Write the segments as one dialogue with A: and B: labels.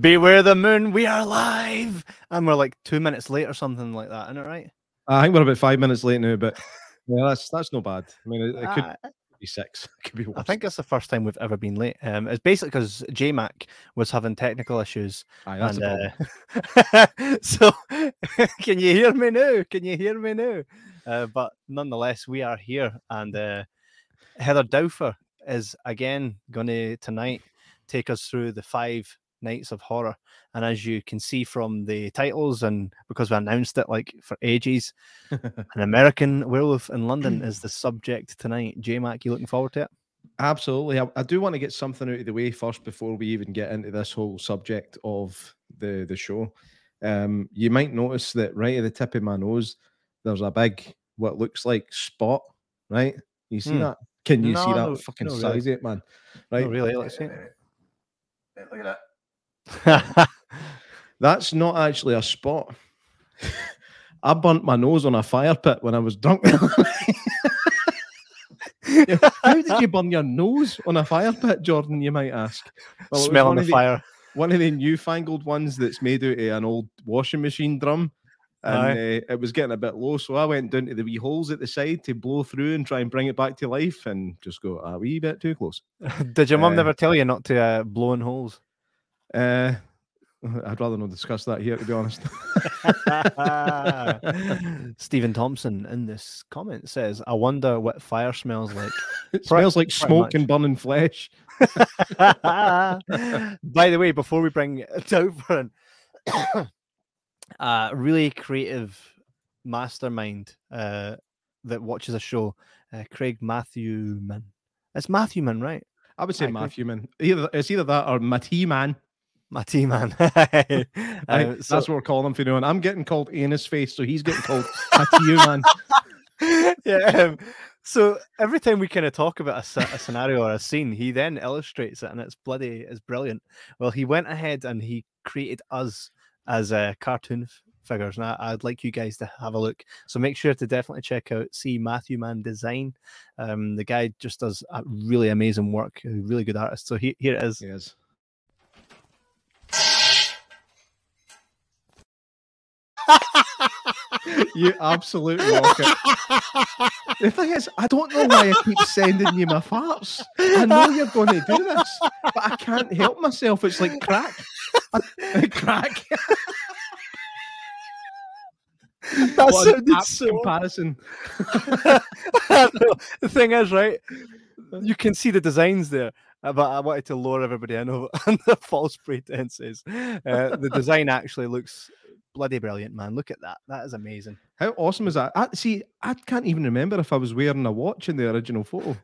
A: Beware the moon, we are live, and we're like two minutes late or something like that, isn't it right?
B: I think we're about five minutes late now, but yeah, that's that's no bad. I mean, it, it could
A: Ah,
B: be six. It could be worse.
A: I think it's the first time we've ever been late. Um, it's basically because JMac was having technical issues,
B: Aye, that's a problem.
A: and uh, so can you hear me now? Can you hear me now? Uh, but nonetheless, we are here, and uh, Heather Dowfer is again going to tonight take us through the five nights of horror. And as you can see from the titles, and because we announced it like for ages, an American werewolf in London is the subject tonight. J Mac, you looking forward to it?
B: Absolutely. I, I do want to get something out of the way first before we even get into this whole subject of the the show. Um, you might notice that right at the tip of my nose, there's a big what looks like spot. Right? You see
A: Hmm.
B: that? Can you see
A: No,
B: that? Fucking
A: no, really.
B: size it, man. Right?
A: Not really, let's see.
C: Look at that.
B: That's not actually a spot. I burnt my nose on a fire pit when I was drunk. the other night. Yeah, How did you burn your nose on a fire pit, Jordan? You might ask. it was
A: Smelling
B: one
A: the
B: of
A: fire.
B: One of the newfangled ones that's made out of an old washing machine drum. And uh, it was getting a bit low, so I went down to the wee holes at the side to blow through and try and bring it back to life, and just go a wee bit too close.
A: Did your mum
B: Uh,
A: never tell you not to uh, blow in holes?
B: Uh, I'd rather not discuss that here, to be honest.
A: Stephen Thompson in this comment says, I wonder what fire smells like.
B: It
A: Pre-
B: smells like
A: pretty
B: smoke
A: much.
B: and burning flesh.
A: By the way, before we bring Dover in, uh, really creative mastermind uh, that watches a show, uh, Craig Matthewman. It's Matthewman, right?
B: I would say
A: I agree.
B: Matthew man. Either it's either that or Matty man.
A: My team man.
B: Aye,
A: uh, so-
B: That's what we're calling him for now. And I'm getting called anus face, so he's getting called Matty man.
A: yeah. Um, so every time we kind of talk about a, sce- a scenario or a scene, he then illustrates it, and it's bloody, it's brilliant. Well, he went ahead and he created us as uh, cartoon f- figures, and I, I'd like you guys to have a look. So make sure to definitely check out see Matthew Man Design. Um, the guy just does a really amazing work, a really good artist. So he, here it is.
B: Yes. you absolute rocket. The thing is, I don't know why I keep sending you my farts. I know you're going to do this, but I can't help myself. It's like crack. I- crack.
A: That
B: What an
A: sounded
B: apt
A: so
B: comparison.
A: the thing is, right? You can see the designs there, uh, but I wanted to lure everybody in over under false pretenses. Uh, the design actually looks bloody brilliant, man. Look at that. That is amazing.
B: How awesome is that? I, see, I can't even remember if I was wearing a watch in the original photo.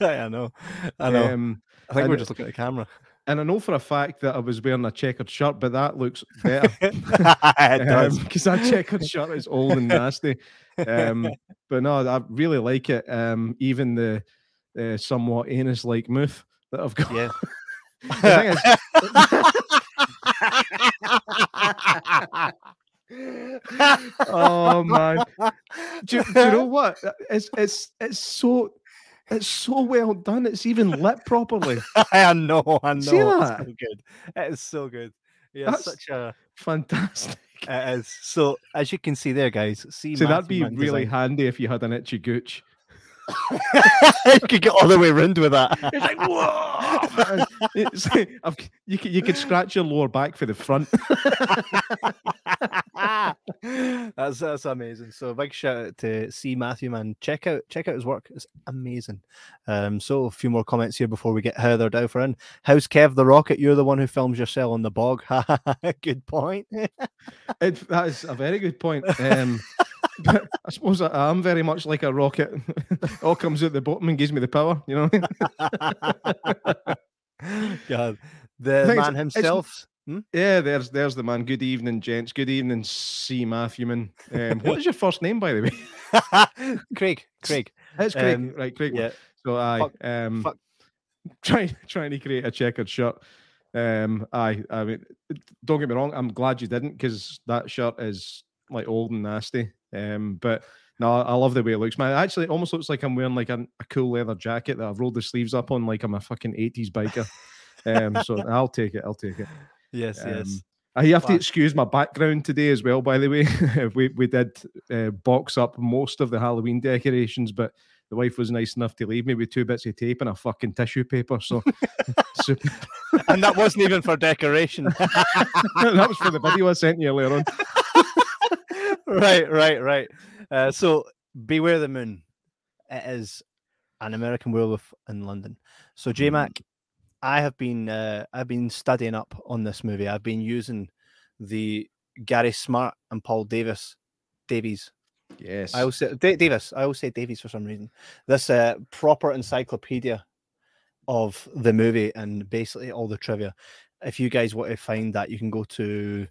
A: I know. I know.
B: Um,
A: I think we're
B: and-
A: just looking at the camera.
B: and I know for a fact that I was wearing a checkered shirt, but that looks better
A: it Um, does.
B: because that checkered shirt is old and nasty. Um, but no, I really like it. Um, even the uh, somewhat anus-like mouth that I've got.
A: Yeah.
B: The thing is, oh man, do, you- do you know what? Uh, It's it's it's so it's so well done. It's even lit properly.
A: I know. I know.
B: See
A: It's
B: that?
A: so good. It is so good. Yeah,
B: That's-
A: such a.
B: Fantastic.
A: It is. So as you can see there, guys, see
B: So that'd
A: Matthew
B: be
A: Mann
B: really
A: design.
B: handy if you had an itchy gooch.
A: you could get all the way round with that.
B: It's like whoa! It's- I've, you could you could scratch your lower back for the front.
A: that's that's amazing. So big shout out to C Matthew man. Check out check out his work. It's amazing. Um, so a few more comments here before we get Heather Dowfer in. How's Kev the Rocket? You're the one who films your cell on the bog. Good point.
B: It- that is a very good point. Um, but I suppose I, I'm very much like a rocket. All comes out the bottom and gives me the power. You know.
A: God, the
B: thing is,
A: man
B: it's-
A: himself.
B: yeah. There's there's the man. Good evening, gents. Good evening, C. Matthewman. Um, what is your first name, by the way?
A: Craig, Craig.
B: It's Craig.
A: Um,
B: right, Craig.
A: Yeah,
B: So I
A: Fuck-
B: um
A: fuck.
B: trying trying to create a checkered shirt. Um I I mean don't get me wrong, I'm glad you didn't because that shirt is like old and nasty. Um but no, I love the way it looks, man. It actually almost looks like I'm wearing like an, a cool leather jacket that I've rolled the sleeves up on like I'm a fucking 80s biker. Um, so I'll take it. I'll take it.
A: Yes, yes.
B: I have to
A: Wow.
B: excuse my background today as well. By the way, we we did uh, box up most of the Halloween decorations, but the wife was nice enough to leave me with two bits of tape and a fucking tissue paper. So, so-
A: And that wasn't even for decoration.
B: that was for the video I sent you earlier on.
A: right, right, right. Uh, so Beware the Moon. It is an American werewolf in London. So J Mac, I have been uh, I've been studying up on this movie. I've been using the Gary Smart and Paul Davis Davies.
B: Yes,
A: I always say Da- Davis. I always say Davies for some reason. This uh, proper encyclopedia of the movie and basically all the trivia. If you guys want to find that, you can go to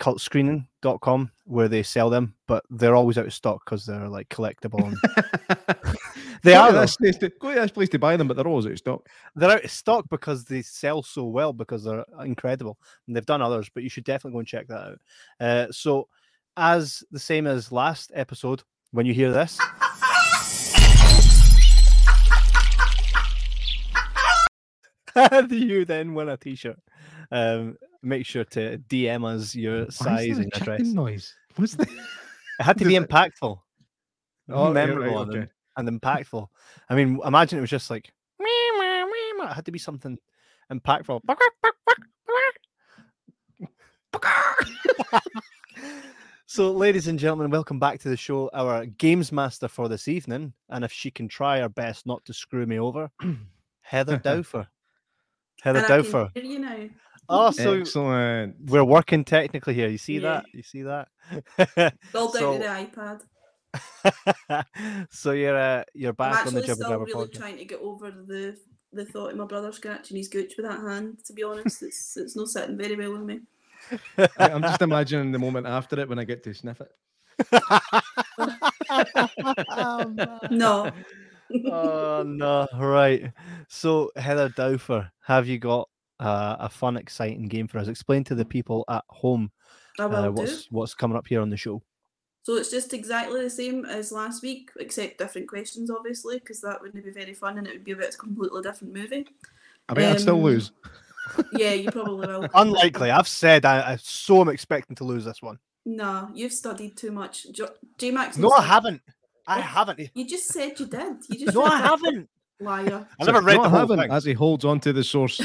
A: cultscreening.com where they sell them, but they're always out of stock because they're like collectible. And they
B: Go
A: are
B: to
A: though.
B: this place to- go to this place to buy them, but they're always out of stock.
A: They're out of stock because they sell so well because they're incredible and they've done others, but you should definitely go and check that out. Uh, so, as the same as last episode, when you hear this, you then win a t shirt. Um, make sure to DM us your size and address.
B: noise? What's the
A: It had to be impactful,
B: Oh, yeah, right,
A: memorable,
B: okay.
A: and, and impactful. I mean, imagine it was just like "Meow, meow, meow, meow." it had to be something impactful. so, ladies and gentlemen, welcome back to the show. Our games master for this evening, and if she can try her best not to screw me over, Heather Dowfer. Heather
D: And I can
A: Dowfer.
D: hear You know,
A: Oh, so
B: Excellent.
A: we're working technically here. You see
D: Yeah.
A: that? You see that?
D: rolled
A: So-
D: out of the iPad.
A: so you're uh, you're
D: I'm
A: back on the Jibber
D: actually still
A: Jabber
D: really
A: podcast.
D: trying to get over the the thought of my brother scratching his gooch with that hand. To be honest, it's it's not sitting very well with me.
B: I- I'm just imagining the moment after it when I get to sniff it.
A: oh, man.
D: No,
A: Oh, no! Right. So Heather Dowfer, have you got uh, a fun, exciting game for us? Explain to the people at home
D: Mm. I will
A: uh,
D: do.
A: what's what's coming up here on the show.
D: So it's just exactly the same as last week, except different questions, obviously, because that wouldn't be very fun and it would be about a completely different movie.
B: I bet I'd still
D: Um,
B: lose.
D: Yeah, you probably will.
A: Unlikely. I've said I, I so am expecting to lose this one.
D: No, you've studied too much. J Max.
A: No, I haven't. I haven't.
D: You just said you did. You just
A: No, I
D: said-
A: haven't.
D: liar.
A: I never read
B: no,
A: the
B: I
A: whole
B: haven't,
A: thing.
B: As he holds on to the source.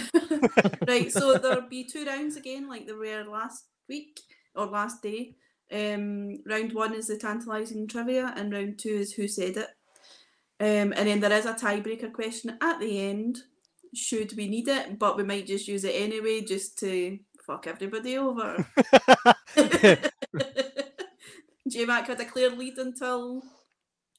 D: right, so there'll be two rounds again, like there were last week or last day. Um, round one is the tantalising trivia, and round two is who said it. Um, and then there is a tiebreaker question at the end, should we need it, but we might just use it anyway just to fuck everybody over. J Mac had a clear lead until.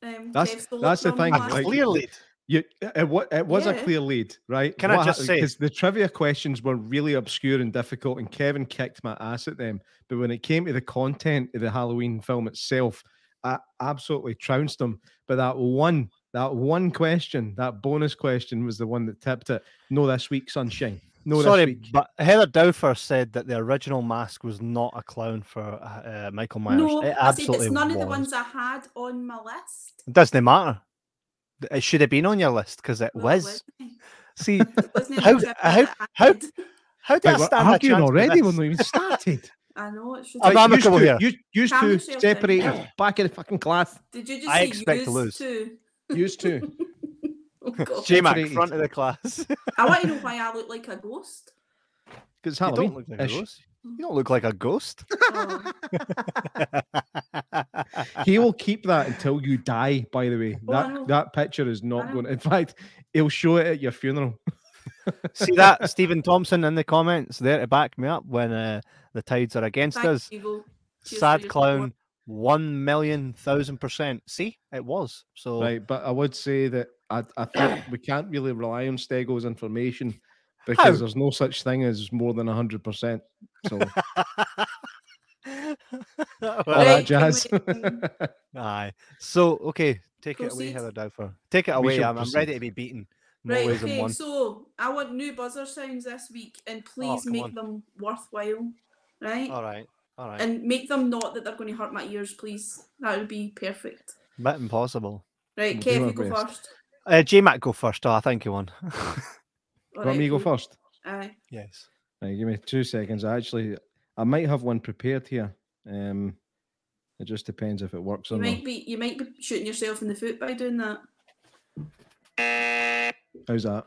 D: Um,
B: That's-
D: Kev stole it
B: that's the
D: from
B: thing,
D: him
A: A
D: last
B: like-
D: week.
A: clear lead.
B: You, it, wa- it was a
D: Yeah.
B: clear lead, right?
A: Can I just say-
B: Because the trivia questions were really obscure and difficult, and Kevin kicked my ass at them. But when it came to the content of the Halloween film itself, I absolutely trounced them. But that one, that one question, that bonus question was the one that tipped it. No, this week, sunshine. No,
A: Sorry,
B: this week.
A: but Heather Dowfer said that the original mask was not a clown for uh, uh, Michael Myers.
D: No,
A: it
D: I said
A: absolutely
D: it's none of the
A: was.
D: ones I had on my list.
A: It doesn't matter. It should have been on your list because it
D: Well,
A: was.
D: wasn't.
A: See,
D: It wasn't in
A: How-
D: the trivia
A: how-
D: that I
A: how-
D: had.
A: how did
B: Wait,
A: I
B: we're
A: stand a
B: arguing
A: chance with
B: already. We're
A: this?
B: not even started.
D: I know it should.
A: I'm
D: be-
A: Right, amicable
B: used
A: here.
B: to, used, used
D: Calm
B: to
D: yourself down.
B: separate yours back in the fucking class.
D: Did you just
A: I
D: say
A: expect to
D: used
A: lose.
D: to?
B: Used to.
D: Oh, God.
A: J-Mac,
B: Separated.
A: front of the class.
D: I want to know why I look like a ghost.
B: Because
A: you don't
B: Halloween.
A: look like a ghost. You don't look like a ghost.
D: Oh,
B: He will keep that until you die, by the way.
D: Oh, I know.
B: That that picture is
D: I
B: not going
D: know.
B: in fact, he'll show it at your funeral.
A: See that Stephen Thompson in the comments there to back me up when uh, the tides are against us.
D: thank you. Cheers for
A: Sad
D: your
A: clown,
D: support.
A: one million thousand percent. See, it was. So
B: Right. But I would say that I, I think we can't really rely on Stego's information because
A: How?
B: there's no such thing as more than hundred percent. So all
A: Well,
D: Right,
B: that
D: can
B: jazz.
D: we, um,
A: Aye. So okay, take it away,
D: Proceed.
A: Heather Dowfer. Take it
B: We
A: away.
B: shall
A: I'm, I'm ready
B: proceed.
A: to be beaten. No
D: Right,
A: ways in
D: okay,
A: one.
D: so I want new buzzer sounds this week and please
A: come
D: make
A: on.
D: them worthwhile, right?
A: All right. All right.
D: And make them not that they're going to hurt my ears, please. That would be perfect.
A: Bit impossible.
D: Right,
B: We'll do
D: Kev,
B: our
D: you go
B: best.
D: first.
A: Uh, J Mac go first. Oh, I think you won.
D: All
B: Want
D: right,
B: me to go
D: who-
B: first?
D: Aye.
A: Yes.
B: Right, give me two seconds. I actually, I might have one prepared here. Um, it just depends if it works
D: You
B: or
D: might
B: not.
D: be you might be shooting yourself in the foot by doing that.
B: How's that?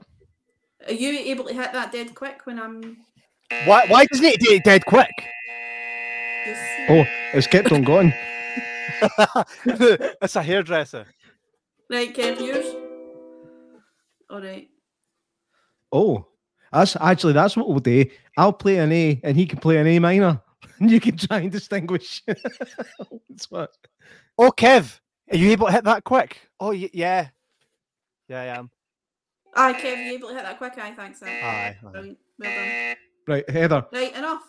D: Are you able to hit that dead quick when I'm
A: Why? Why doesn't it do it dead quick?
D: just
B: Oh, it's kept on going.
A: That's a hairdresser.
D: right, Kev yours? Alright.
B: Oh, that's actually that's what we'll do. I'll play an A, and he can play an A minor, and you can try and distinguish. That's what.
A: Oh, Kev, are you able to hit that quick? Oh, y- yeah, yeah, I am.
D: Aye, Kev, you able to hit that quick? Aye, thanks. Aye.
A: Aye, aye.
D: Brilliant. Well done.
B: Right, Heather.
D: Right, enough.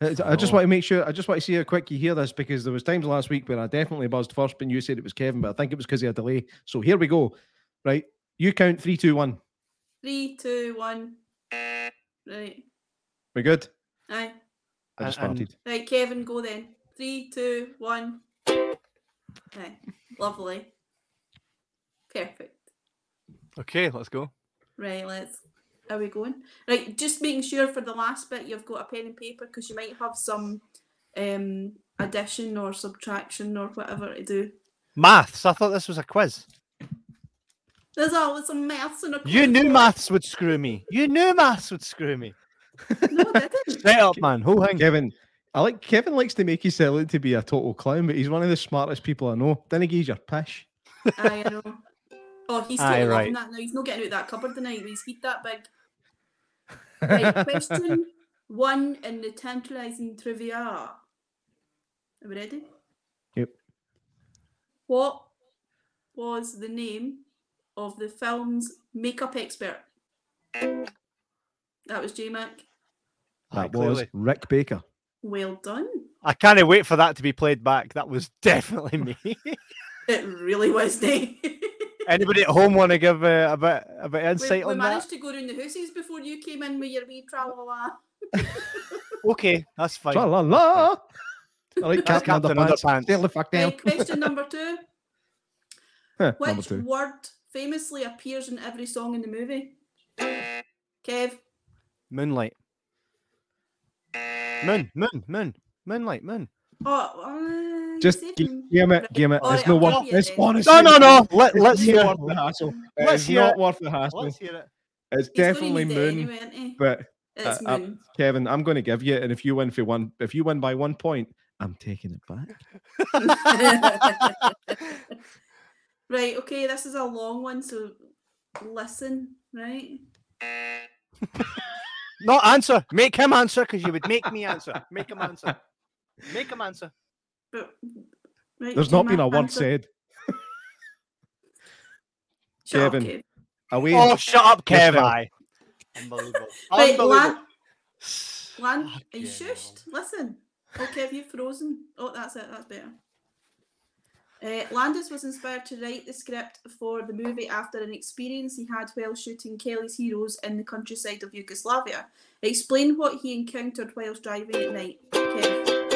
B: I I just
A: Oh.
B: want to make sure. I just want to see how quick you hear this because there was times last week where I definitely buzzed first, and you said it was Kevin, but I think it was because he had delay. So here we go. Right, you count three, two, one.
D: Three, two, one. Right.
B: We're good.
D: Aye.
B: I just
A: And- and-
B: started.
D: Right, Kevin, go then. Three, two, one. Aye. Lovely. Perfect.
A: Okay, let's go.
D: Right, let's. Are we going? Right, just making sure for the last bit you've got a pen and paper because you might have some um addition or subtraction or whatever to do.
A: Maths. I thought this was a quiz.
D: There's always some maths in a
A: You
D: quiz,
A: knew
D: boy.
A: maths would screw me. You knew maths would screw me.
D: No, I didn't.
A: Straight up, man. Whole thing.
B: Kevin, I like Kevin likes to make himself look to be a total clown, but he's one of the smartest people I know. Didn't he give your pish?
D: Aye, I know. Oh, he's
A: Aye,
D: totally loving
A: right.
D: that now. He's not getting out of that cupboard tonight. He's heat that big. Right, question one in the tantalising trivia. Are we ready?
B: Yep.
D: What was the name of the film's makeup expert? That was J Mac.
A: Aye,
B: That was
A: clearly.
B: Rick Baker.
D: Well done.
A: I can't wait for that to be played back. That was definitely me.
D: It really was Dave.
A: Anybody at home want to give uh, a bit a bit of
D: we,
A: insight
D: we
A: on that?
D: managed to go round the houses before you came in with your wee tralala.
A: Okay, that's fine.
B: Tra la la. I like
A: That's
B: Captain,
A: Captain
B: Underpants.
A: Underpants.
B: Sail the fuck down.
D: Right, question number two.
B: Number
D: Which
B: two.
D: word famously appears in every song in the movie? Kev,
A: Moonlight. Moon, moon, moon, moonlight, moon.
D: oh, uh,
B: Just
D: you said
B: give
D: m-
B: game it, game it.
D: Alright,
B: It's no
D: I'll
B: worth.
D: give you
B: It's
D: this.
B: honestly.
A: No, no, no. Let,
B: It's
A: let's
B: not
A: hear
B: worth the
A: it.
B: hassle.
A: Let's
B: It's
A: hear
B: not
A: it.
B: worth the hassle.
A: Let's hear it.
B: It's
D: he's gonna
B: definitely
D: need it
B: Moon,
D: anyway, isn't he?
B: but
D: it's
B: uh, uh,
D: Moon.
B: Kevin, I'm going to give you, it, and if you win for one, if you win by one point, I'm taking it back.
D: right, okay, this is a long one, so listen, right?
A: Not answer. Make him answer because you would make me answer. Make him answer. Make him answer.
D: But right,
B: There's
D: do
B: not
D: my
B: been a word
D: answer.
B: said.
D: Shut up,
B: Kevin.
D: Kev.
B: Away.
A: Oh, shut up,
B: Yes,
A: Kev.
B: sir.
A: Aye. Unbelievable.
D: Right, Lan, Lan,
A: Unbelievable.
D: are you
A: Fucking
D: shushed? Listen. Oh, Kev, you've frozen. Oh, that's it. That's better. Uh, Landis was inspired to write the script for the movie after an experience he had while shooting Kelly's Heroes in the countryside of Yugoslavia. Explain what he encountered whilst driving at night. Kev.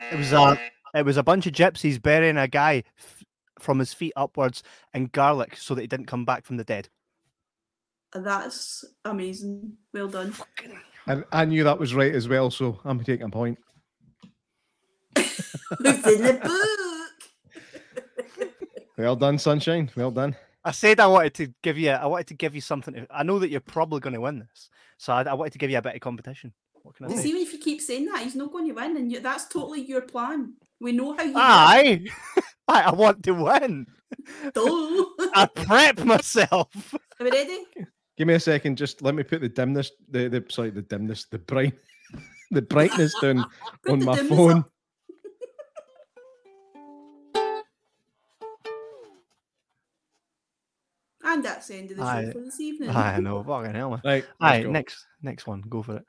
A: It was a it was a bunch of gypsies burying a guy f- from his feet upwards in garlic so that he didn't come back from the dead.
D: That's amazing. Well done.
B: And I knew that was right as well, so I'm taking a point.
D: It's in the book.
B: Well done, sunshine. Well done.
A: I said I wanted to give you I wanted to give you something. to- I know that you're probably going to win this, so I, I wanted to give you a bit of competition. What can I say?
D: See, if you keep saying that, he's not going to win, and you, that's totally your plan. We know how you
A: Aye. Aye, I want to win.
D: do.
A: I prep myself.
D: Are we ready?
B: Give me a second. Just let me put the dimness, the, the sorry, the dimness, the bright, the brightness down
D: Put
B: on
D: the
B: my
D: dimness
B: phone.
D: up. And that's the end of the
A: Aye.
D: show for this evening.
A: I know, fucking hell. man.
B: Right. let's
A: Aye,
B: go.
A: next next one. Go for it.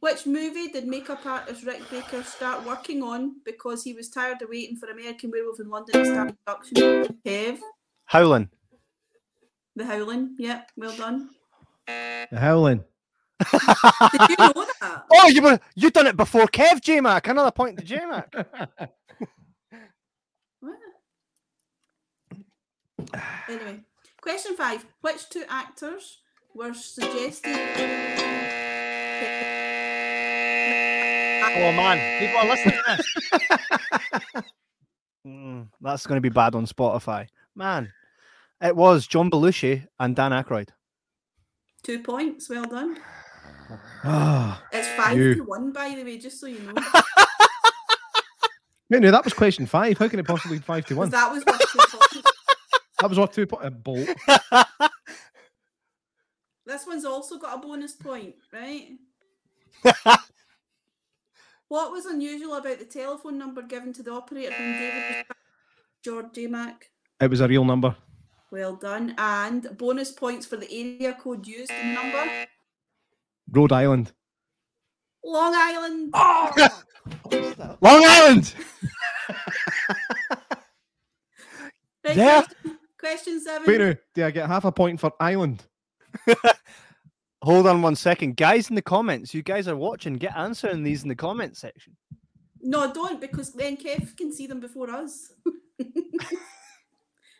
D: Which movie did makeup artist Rick Baker start working on because he was tired of waiting for American Werewolf in London to start production? Kev,
A: Howlin'.
D: The Howling. Yep, well done.
B: The howling.
D: Did you know that?
A: Oh, you were you done it before Kev J Mac. Another point to J Mac.
D: What? Anyway, question five. Which two actors were suggested.
A: Oh man, people are listening to this. Mm, that's going to be bad on Spotify, man. It was John Belushi and Dan Aykroyd.
D: Two points, well done.
B: Ah,
D: It's five
B: You.
D: to one, by the way, just so you know. 'cause
B: no, no, that was question five. How can it possibly be five to one?
D: that was worth two points.
B: That was worth two points. A bolt.
D: This one's also got a bonus point, right? what was unusual about the telephone number given to the operator when David
A: Uh.
D: was George J. Mac?
B: It was a real number.
D: Well done. And bonus points for the area code used in the number.
A: Uh.
B: Rhode Island.
D: Long Island.
A: Ah, Long Island.
D: Right,
A: yeah.
D: Question, question seven.
B: Wait, now, do I get half a point for Island?
A: Hold on one second, guys. In the comments, you guys are watching. Get answering these in the comments section.
D: No, don't, because then Kev can see them before us.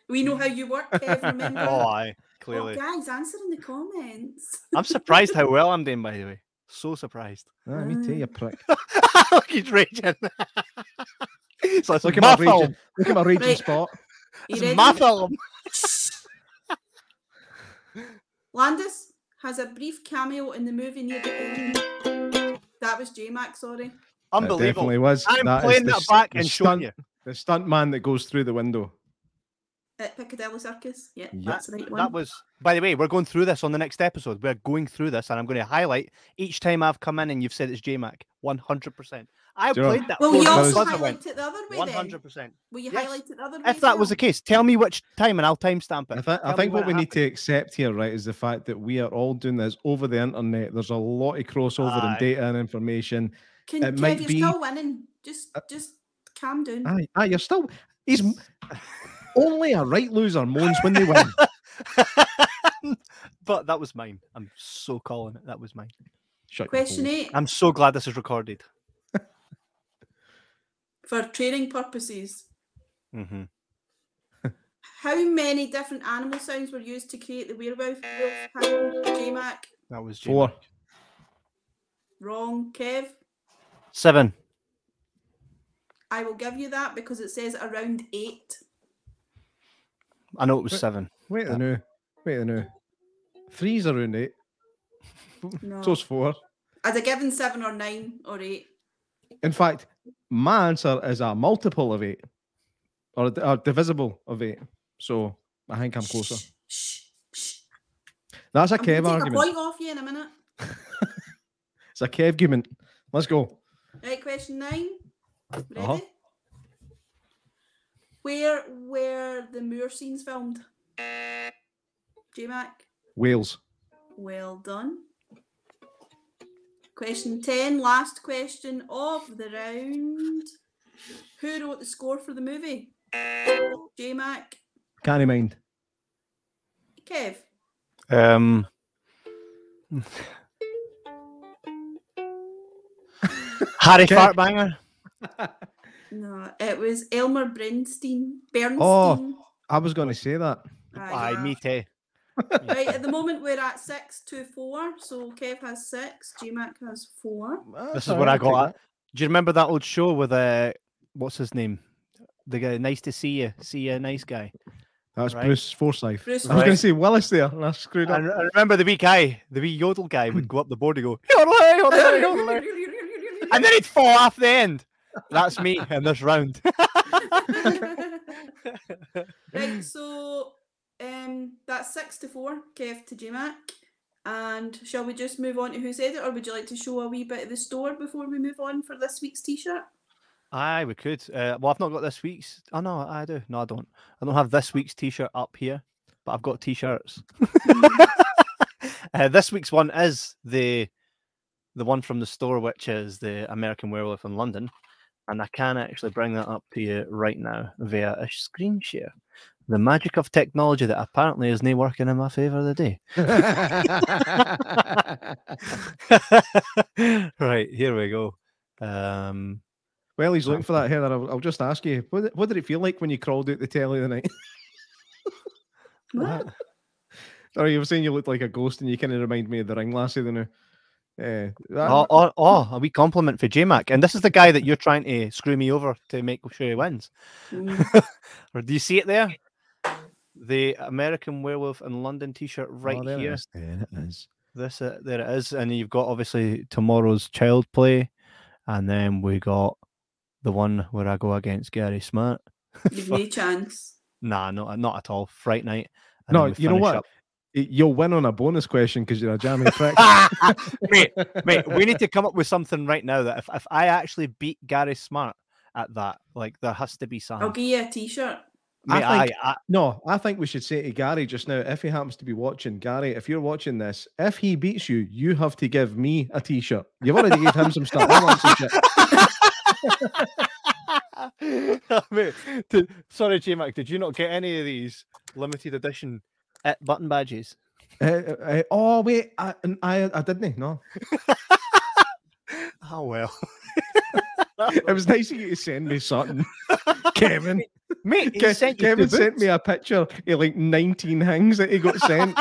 D: we know how you work, Kev, remember?
A: Oh, aye,
D: Oh,
A: clearly.
D: guys, answer in the comments.
A: I'm surprised how well I'm doing, by the way. So surprised.
B: Ah, me too, you prick.
A: Look, he's raging. it's like,
B: Look
A: Look
B: at
A: my
B: my
A: fault.
B: raging, look at my raging
D: Right.
B: spot.
D: You
A: It's
D: ready?
A: my fault.
D: Landis has a brief cameo in the movie near the end. That was J Mac, sorry.
B: It
A: Unbelievable.
B: definitely was.
A: I'm
B: That is
A: playing
B: the
A: that
B: s-
A: back
B: the
A: and showing
B: stunt-
A: you.
B: The stunt man that goes through the window.
D: At Piccadilly Circus. Yeah,
B: Yep.
D: that's the right one.
A: That was, by the way, we're going through this on the next episode. We're going through this, and I'm going to highlight each time I've come in and you've said it's JMac. 100%. I
B: Do you know-
A: played that.
D: well,
A: four
D: you
B: That was-
D: also
A: times.
D: highlight it the other way then.
A: 100%.
D: Will you
A: Yes.
D: highlight it the other way?
A: If that was
D: as
A: the case, tell me which time and I'll timestamp it.
B: I, th- I think what we need to accept here, right, is the fact that we are all doing this over the internet. There's a lot of crossover
A: Aye.
B: in data and information.
D: well?
B: it
D: Can,
B: might
D: Kev, you're
B: be-
D: still winning. Just,
B: Uh,
D: just calm down.
B: Aye, aye, you're still. He's m- only a right loser moans when they win.
A: but that was mine. I'm so calling it. That was mine.
B: Shut your
D: Question
B: hole.
D: eight.
A: I'm so glad this is recorded.
D: For training purposes,
A: Mm-hmm.
D: how many different animal sounds were used to create the werewolf? Wolf, J Mac.
A: That was J
B: Four.
D: Wrong, Kev.
A: Seven.
D: I will give you that because it says around eight.
A: I know it was
B: Wait.
A: seven.
B: Wait a minute. Wait a minute. Three's around eight.
D: No.
B: So's four.
D: I'd have given seven or nine or eight.
B: In fact, my answer is a multiple of eight, or, a- or divisible of eight. So I think I'm closer.
D: Shh, shh, shh.
B: That's a
D: I'm gonna
B: Kev
D: take a
B: argument.
D: point off you in a minute.
B: It's a Kev argument. Let's go.
D: Right, question nine. Ready?
B: Uh-huh.
D: Where were the Moor scenes filmed? J Mac,
B: Wales.
D: well done. Question 10, last question of the round. Who wrote the score for the movie? J Mac,
B: Can't mind.
D: Kev,
A: Um. Harry
B: Okay.
A: Fartbanger.
D: No, it was Elmer Bernstein. Bernstein.
B: I was going to say that.
D: Aye,
A: Oh, Aye,
D: yeah.
A: me too.
D: Right, at the moment we're at six to four, so Kev has six, GMAC has four.
A: This is what I got. At. Do you remember that old show with uh, what's his name? The guy, nice to see you. See you, nice guy.
B: That's
A: Right.
B: Bruce Forsyth.
D: Bruce
B: I was going to
A: Right.
B: say Willis there, and I screwed up.
A: And I remember the wee guy, the wee yodel guy, would go up the board and go, "Yodelay, yodelay,
D: eh?
A: yodelay," and then he'd fall off the end. That's me in this round.
D: right, so um, that's six to four, Kev to GMAC. And shall we just move on to who said it, or would you like to show a wee bit of the store before we move on for this week's t shirt?
A: Aye, we could. Uh, well, I've not got this week's. Oh no, I do. No, I don't. I don't have this week's T-shirt up here, but I've got T-shirts. uh, this week's one is the the one from the store, which is the American Werewolf in London, and I can actually bring that up to you right now via a screen share. The magic of technology that apparently is not working in my favour today. right here we go. Um,
B: well, he's looking for that, Heather. I'll, I'll just ask you, what, what did it feel like when you crawled out the telly the night?
A: what?
B: Sorry, you were saying you looked like a ghost, and you kind of remind me of the ring lassie. Then, uh, that,
A: Oh, oh, oh, a wee compliment for J Mac. And this is the guy that you're trying to screw me over to make sure he wins.
D: Mm.
A: Or do you see it there? The American Werewolf in London T-shirt right
B: oh, there it
A: here.
B: is, There it is.
A: This uh, there it is, and you've got obviously tomorrow's child play, and then we got the one where I go against Gary Smart.
D: You've no chance.
A: Nah, not not at all. Fright night. and then
B: No,
A: we
B: you know
A: finish
B: what?
A: up-
B: Y- You'll win on a bonus question because you're a jammy prick.
A: mate, mate, we need to come up with something right now that if, if I actually beat Gary Smart at that, like there has to be
D: I'll
A: something.
D: give you a t-shirt.
A: Mate,
B: I
A: I,
B: think-
A: I,
B: No, I think we should say to Gary just now, if he happens to be watching, Gary, if you're watching this, if he beats you, you have to give me a t-shirt. You've already gave him some stuff. I want some shit.
A: Mate, did- sorry, J Mac, did you not get any of these limited edition it button badges?
B: Uh, uh, uh, oh wait, I, n- I I didn't. No,
A: Oh well, Oh,
B: it was nice of you to send me something, Kevin.
A: mate. he
B: Ke-
A: sent you two
B: Kevin sent
A: boots.
B: me a picture of like 19 hangs that he got sent,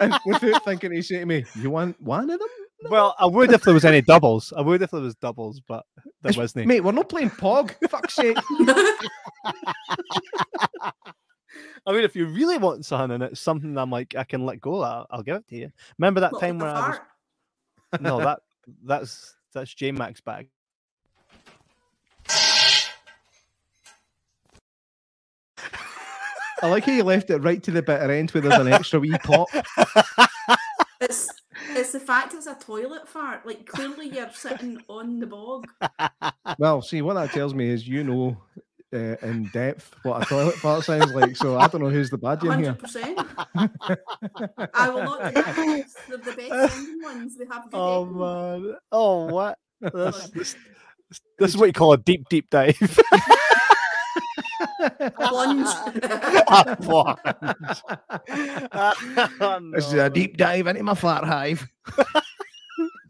B: and without thinking, he said to me, "You want one of them?"
A: Well, I would if there was any doubles. I would if there was doubles, but there
B: It's-
A: wasn't.
B: Mate, we're not playing Pog. Fuck's sake.
A: I mean, if you really want something and it's something I'm like I can let go, I'll, I'll give it to you. Remember that
D: What,
A: time
D: with
A: where
D: the
A: I was?
D: fart?
A: No, that that's that's J Mac's bag.
B: I like how you left it right to the bitter end where there's an extra wee pot.
D: It's it's the fact it's a toilet fart. Like clearly you're sitting on the bog.
B: Well, see, what that tells me is you know uh, in depth what a toilet fart sounds like. So I don't know who's the baddie in here.
D: Hundred percent. I will not. deny this. They're the best sounding ones. They have good.
A: Oh
D: echo.
A: man! Oh what? This,
D: Look.
A: this, this is what you call a deep, deep dive.
D: A plunge.
B: Oh,
A: Ah, fuck. Ah,
B: This is
A: no.
B: a deep dive into my fart hive.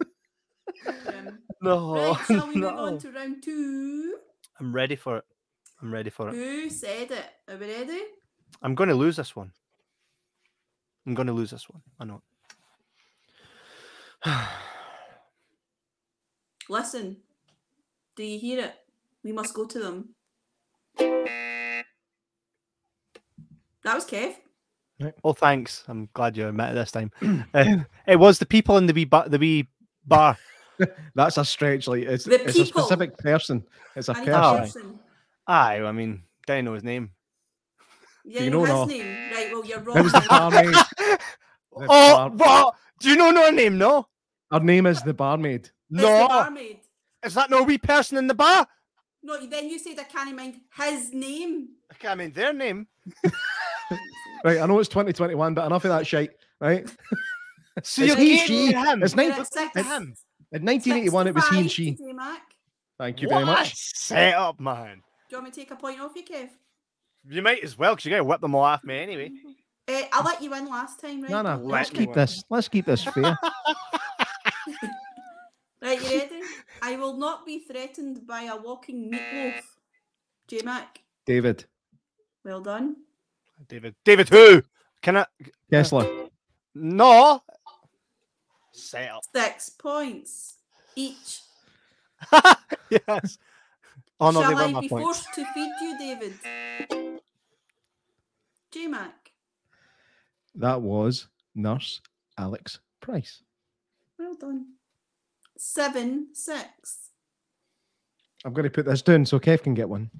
D: Um,
A: No,
D: right, shall we move
A: Oh, no.
D: on to round two?
A: I'm ready for it. I'm ready for it.
D: Who said it? Are we ready?
A: I'm going to lose this one. I'm going to lose this one. I know.
D: Listen, do you hear it? We must go to them. That was Kev.
A: Oh, thanks. I'm glad you admitted this time. Uh, it was the people in the wee, ba- the wee bar.
B: That's a stretch. Like it's,
D: The
B: it's a
D: people.
B: specific person. It's a
D: I need a
B: person.
A: Alright.
D: person.
A: Aye, I mean, didn't know his name.
D: Yeah,
B: you
D: you
B: know
D: know his
B: now?
D: name. Right, well, you're wrong.
B: It was the barmaid. The
A: oh,
B: bar-
A: what? Do you know no name? No,
B: Her name is the barmaid.
D: It's the
A: no.
D: barmaid.
A: Is that no wee person in the bar?
D: No, then you said I can't mind his name.
A: Okay, I mean their name.
B: Right, I know it's 2021, but enough of that shite. Right,
A: So
D: It's
A: you're
D: he,
A: getting
B: she.
A: him.
B: It's
D: You're
B: nine-
D: at six-
A: him.
B: in 1981, it was he and
D: 65
B: she.
D: today, Mac.
B: Thank you very
A: What a
B: much.
A: setup, man.
D: Do you want me to take a point off you, Kev?
A: You might as well, because you're going to whip them all off me anyway.
D: Uh, I let you in last time, right?
B: No, no,
A: Let
B: let's
A: me
B: keep
A: win.
B: this. Let's keep this fair.
D: Right, you ready? I will not be threatened by a walking meatloaf. J Mac,
B: David
D: well done.
A: David. David, who? Can I?
B: Kessler.
A: No. Setup.
D: Six points each.
A: yes. Oh no,
D: Shall
A: they were
D: I
A: my
D: be
A: points.
D: forced to feed you, David? J Mac,
B: That was Nurse Alex Price.
D: well done. Seven, six.
B: I'm going to put this down so Kev can get one.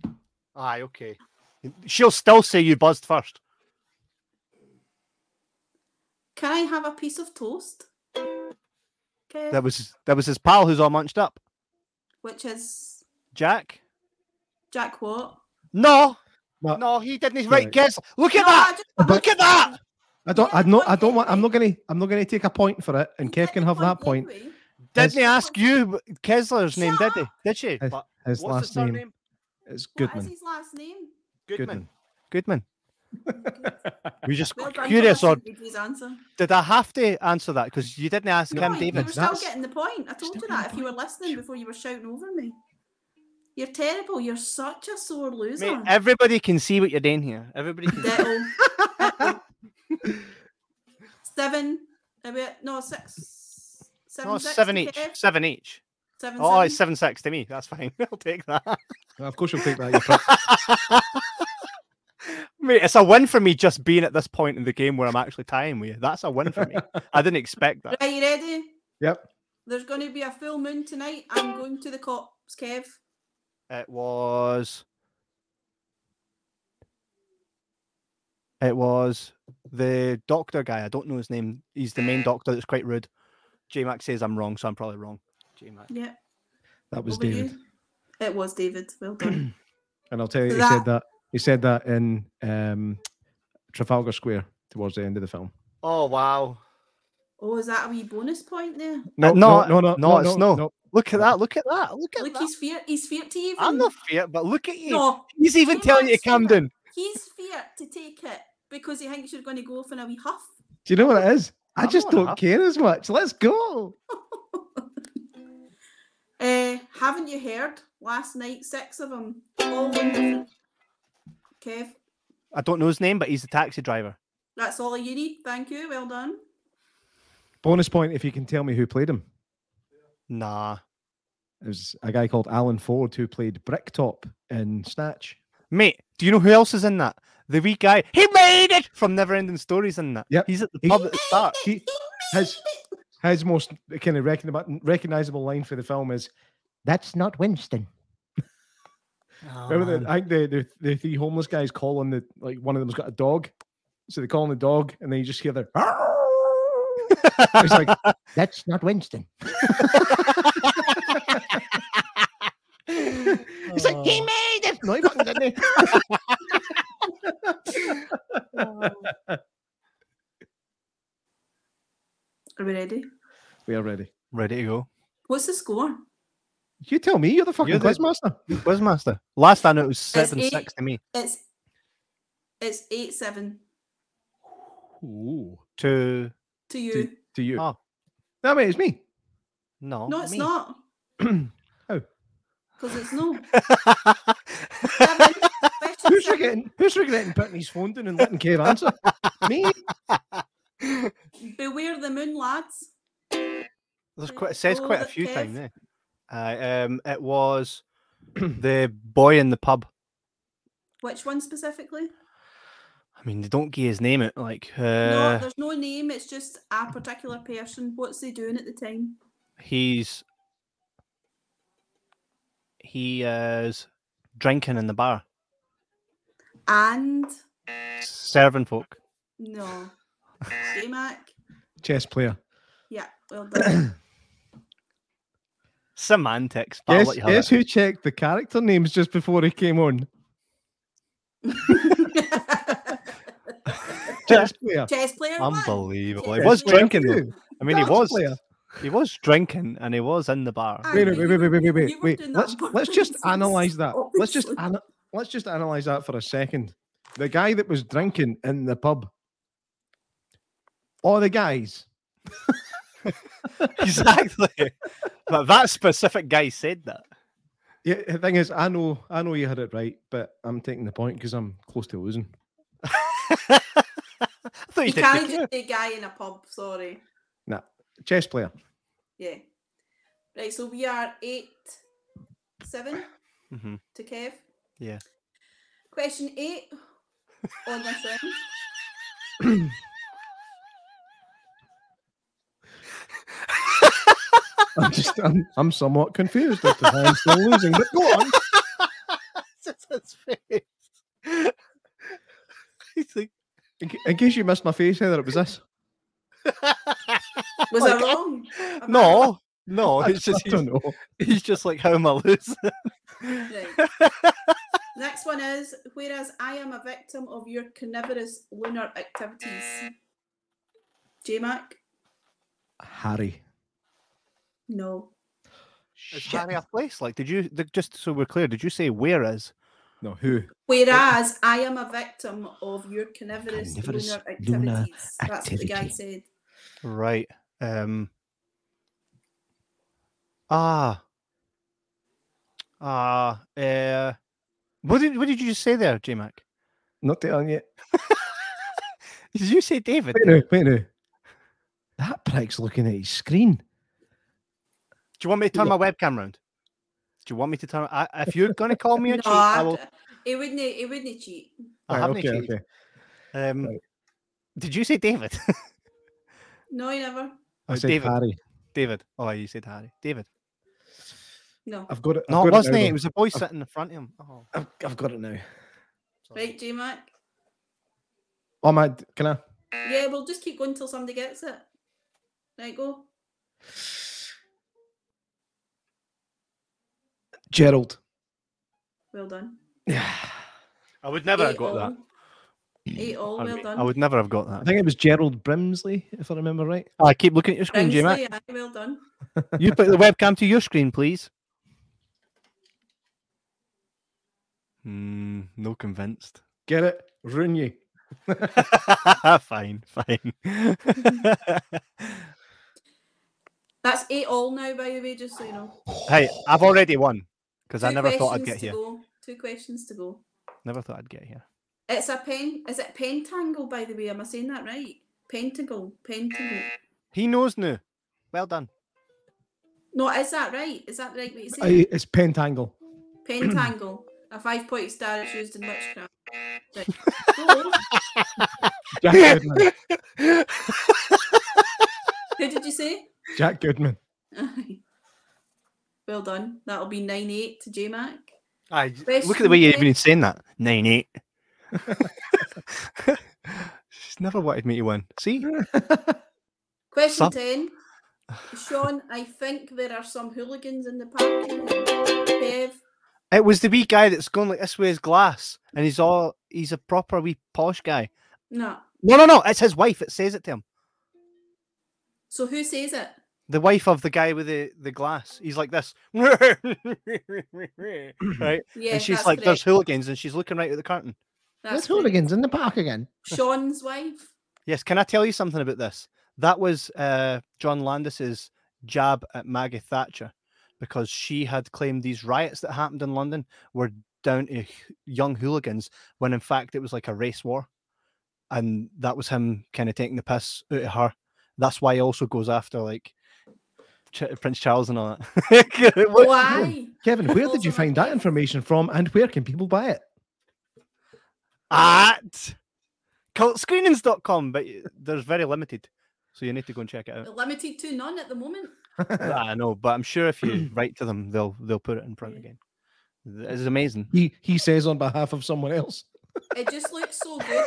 A: Aye, okay. She'll still say you buzzed first.
D: Can I have a piece of toast? Kev,
A: That was that was his pal who's all munched up.
D: Which is
A: Jack.
D: Jack what?
A: No,
B: No,
A: no, he didn't write
B: Right.
A: guess. Look at
D: No, I
A: that!
D: just-
A: Look at that!
B: I don't. I no. I don't want. I'm not going to. I'm not going to take a point for it, and
D: You
B: Kev
D: get
B: can
D: the
B: have that point.
D: anyway.
A: Didn't he
B: His-
A: ask you Kessler's name? Did he? Did she?
B: His-
A: But
B: His
A: what's his
B: last
A: surname?
B: name is
D: What is
B: Goodman.
D: his last name?
A: Goodman.
B: Goodman.
A: Goodman. We just
D: Well done,
A: curious,
D: Jonathan,
A: or
D: with his answer.
A: did I have to answer that? Because you didn't ask
B: No,
A: him,
D: Right, You
A: David.
D: were
B: That's-
D: still getting the point. I told
B: still
D: you
B: getting
D: that if you were listening before you were shouting over me. You're terrible. You're such a sore
A: Mate,
D: loser.
A: everybody can see what you're doing here. Everybody can.
D: Ditto. seven, maybe no six, seven,
A: No,
D: six
A: Oh, seven
D: to
A: each.
D: Kev?
A: Seven each.
D: Seven,
A: Oh, it's
D: seven.
A: seven six to me. That's fine. I'll take that.
B: Well, of course, you'll take that. you prick.
A: Mate, it's a win for me just being at this point in the game where I'm actually tying with you. That's a win for me. I didn't expect that.
D: Right, you ready?
B: yep.
D: There's going to be a full moon tonight. I'm going to the cops, Kev.
A: It was. It was the doctor guy. I don't know his name. He's the
D: Mm.
A: main doctor that's quite rude. J Mac says I'm wrong, so I'm probably wrong. J Mac.
D: Yeah,
B: That was
D: over you.
B: David.
D: It was David. Well done.
B: And I'll tell you, he
D: That-
B: said that. He said that in um, Trafalgar Square towards the end of the film.
A: Oh wow.
D: oh, is that a wee bonus point there?
A: Uh, no, no, it's no.
B: no.
A: Look at
B: Yeah.
A: that. Look at that. Look at
D: Look,
A: that.
D: he's fear. He's fear to even.
A: I'm not fear, but look at you.
D: no,
A: He's even
D: J
A: telling you
D: Mac's
A: to calm
D: fear.
A: down.
D: he's fear to take it because he thinks you're going to go off in a wee huff.
B: Do you know what it is? I
A: I'm
B: just
A: not
B: don't
A: enough.
B: care as much. Let's go.
D: Uh, haven't you heard? Last night, six of them. All one different. Kev,
A: I don't know his name, but he's the taxi driver.
D: that's all you need. Thank you. Well done.
B: Bonus point if you can tell me who played him.
A: Nah.
B: It was a guy called Alan Ford who played Bricktop in Snatch.
A: Mate, do you know who else is in that? The wee guy. He made it from Never Ending Stories in that.
B: Yep.
A: He's at the
B: He-
A: pub at the start.
B: He, his, his most kind of recognizable line for the film is, "That's not Winston." Remember
A: Man.
B: that? I think the, the the three homeless guys call on the like one of them's got a dog, so they call on the dog, and then you just hear the. it's like that's not Winston. It's like he made it. No, he fucking didn't. he?"
D: Are we ready?
B: we are ready.
A: Ready to go.
D: What's the score?
B: You tell me. You're the fucking
A: the-
B: quizmaster.
A: Quizmaster. Last I know, it was
D: It's
A: seven
D: eight.
A: six to me.
D: It's it's eight seven
B: Ooh,
A: To
D: to you.
B: to, to you.
A: oh
B: Ah. No, mate, it's me.
A: no,
D: no, it's
A: me.
D: not.
B: Oh.
D: Because it's no. Seven.
A: I
D: Question
B: Who's
D: seven.
B: regretting? Who's regretting putting his phone down and letting Kev answer? me.
D: Beware the moon, lads.
A: There's quite, it says
D: Oh,
A: quite a
D: that
A: few
D: Kev.
A: times. Yeah. Aye, um, it was the boy in the pub.
D: Which one specifically?
A: I mean, they don't give his name. It like uh,
D: no, there's no name. It's just a particular person. What's he doing at the time?
A: he's he is drinking in the bar,
D: And
A: serving folk.
D: no. J Mac.
B: Chess player.
D: Yeah, well done.
A: Semantics. But I'll
B: Guess,
A: let you have
B: guess
A: it.
B: who checked the character names just before he came on? Chess player.
D: Chess player one.
A: Unbelievable. He
D: Chess
A: was
D: player.
A: drinking though.
B: You,
A: I mean, he
B: darts
A: was
B: player.
A: he was drinking and he was in the bar.
D: Aye.
B: Wait,
D: I
B: wait,
D: mean,
B: wait, wait, wait, wait,
D: you
B: wait,
D: were
B: wait.
D: doing that
B: Let's
D: on
B: let's just
D: purpose,
B: analyze that. Let's just
D: obviously.
B: ana- let's just analyze that for a second. The guy that was drinking in the pub, or the guys.
A: exactly. but that specific guy said that.
B: Yeah, the thing is, I know, I know you had it right, but I'm taking the point because I'm close to losing.
A: I thought
D: You
A: you did.
D: can't
A: good there.
D: just say guy in a pub, sorry.
B: Chess player.
D: Yeah. Right, so we are eight seven
A: Mhm.
D: to Kev.
A: Yeah.
D: Question eight on this end.
B: I'm just, I'm, I'm somewhat confused as to why I'm still losing. But go on.
A: It's his face. He's like,
B: In, ca- in case you missed my face, Heather, it was this.
D: Was
A: Like,
D: I wrong? Am I wrong?
A: no, no, Oh, it's just
B: I
A: he's,
B: don't know.
A: he's just like, how am I losing?
D: Right. Next one is whereas I am a victim of your carnivorous lunar
A: Uh.
D: activities. J Mac?
B: Harry.
D: No.
A: Is
B: Shit.
A: Harry a place? Like, did you th- just so we're clear? Did you say where is?
B: No, who?
D: Whereas I am a victim of your carnivorous,
B: Carnivorous
D: lunar activities.
B: lunar
D: That's what the guy
B: activity.
D: said.
A: Right. Um. Ah. Ah. Uh. What did What did you just say there, J Mac?
B: Not telling you.
A: Did you say David?
B: Wait now, wait now. That prick's looking at his screen.
A: Do you want me to turn my webcam round? Do you want me to turn? I, if you're going to call me a cheat, I will.
D: It wouldn't. It wouldn't cheat.
A: I
B: Right,
A: haven't
B: okay,
A: cheated.
B: okay.
A: Um,
B: Right.
A: Did you say David?
D: No, you never.
B: I
A: Oh,
B: said
A: David.
B: Harry.
A: David. Oh, you said Harry. David.
D: No.
B: I've got it. I've
A: No,
B: got
A: it wasn't
B: now,
A: it?
B: though.
A: It was a boy sitting in front of him. Oh,
B: I've, I've got it now.
D: Right, J Mac.
B: Oh my! Can I?
D: Yeah, we'll just keep going till somebody gets it. Right, go.
B: Gerald.
D: Well done.
B: Yeah.
A: I would never
D: Eight
B: oh,
D: all. Eight all.
A: I,
D: Well
A: mean,
D: done.
A: I would never have got
B: I
A: that.
B: think it was Gerald Brimsley, if I remember right.
A: I keep looking at your screen, J Mac.
D: Brinsley, aye, well done.
A: You put the webcam to your screen, please. Hmm, no convinced.
B: Get it? Ruin you.
A: fine, fine.
D: That's eight all now, by the way, just so you know.
A: hey, I've already won because I
D: Two
A: never thought I'd
D: questions
A: get
D: to
A: here.
D: Go. Two questions to go.
A: Never thought I'd get here.
D: It's a pen. Is it pentangle? By the way, am I saying that right? Pentagle. Pentagle.
A: He knows now. Well done.
D: No, is that right? Is that the right way to say it?
B: I, it's Pentangle.
D: Pentangle. A five point star is used in witchcraft.
B: Jack
D: Right. So,
B: Goodman.
D: who did you say?
B: Jack Goodman.
D: Aye. well done. That'll be 9 8 to J Mac.
A: Aye, look at the
D: Question
A: way you're
D: three.
A: even saying that. Nine eight. She's never wanted me to win. See,
D: Question
A: Some-
D: 10. Sean, I think there are some hooligans in the park. Bev,
A: it was the wee guy that's going like this with his glass, and he's all he's a proper wee posh guy.
D: no.
A: No, no, no. It's his wife that says it to him.
D: So who says it?
A: The wife of the guy with the, the glass. He's like this, right?
D: Yeah,
A: and she's
D: that's
A: like, "There's
D: correct.
A: hooligans," and she's looking right at the curtain.
D: That's correct.
B: hooligans in the park again.
D: Sean's wife.
A: Yes, can I tell you something about this? That was uh, John Landis's jab at Maggie Thatcher because she had claimed these riots that happened in London were down to h- young hooligans when in fact it was like a race war. And that was him kind of taking the piss out of her. That's why he also goes after like Ch- Prince Charles and all that. It was-
D: Why?
B: Kevin, where did
D: Also
B: you
D: not
B: find that
D: Kevin.
B: information from and where can people buy it?
A: at cultscreenings.com, but y- there's very limited. So you need to go and check it out.
D: Limited to none at the moment.
A: I know, but I'm sure if you write to them, they'll they'll put it in print
D: Yeah.
A: again. Th- It's amazing.
B: He he says on behalf of someone else.
D: It just looks so good.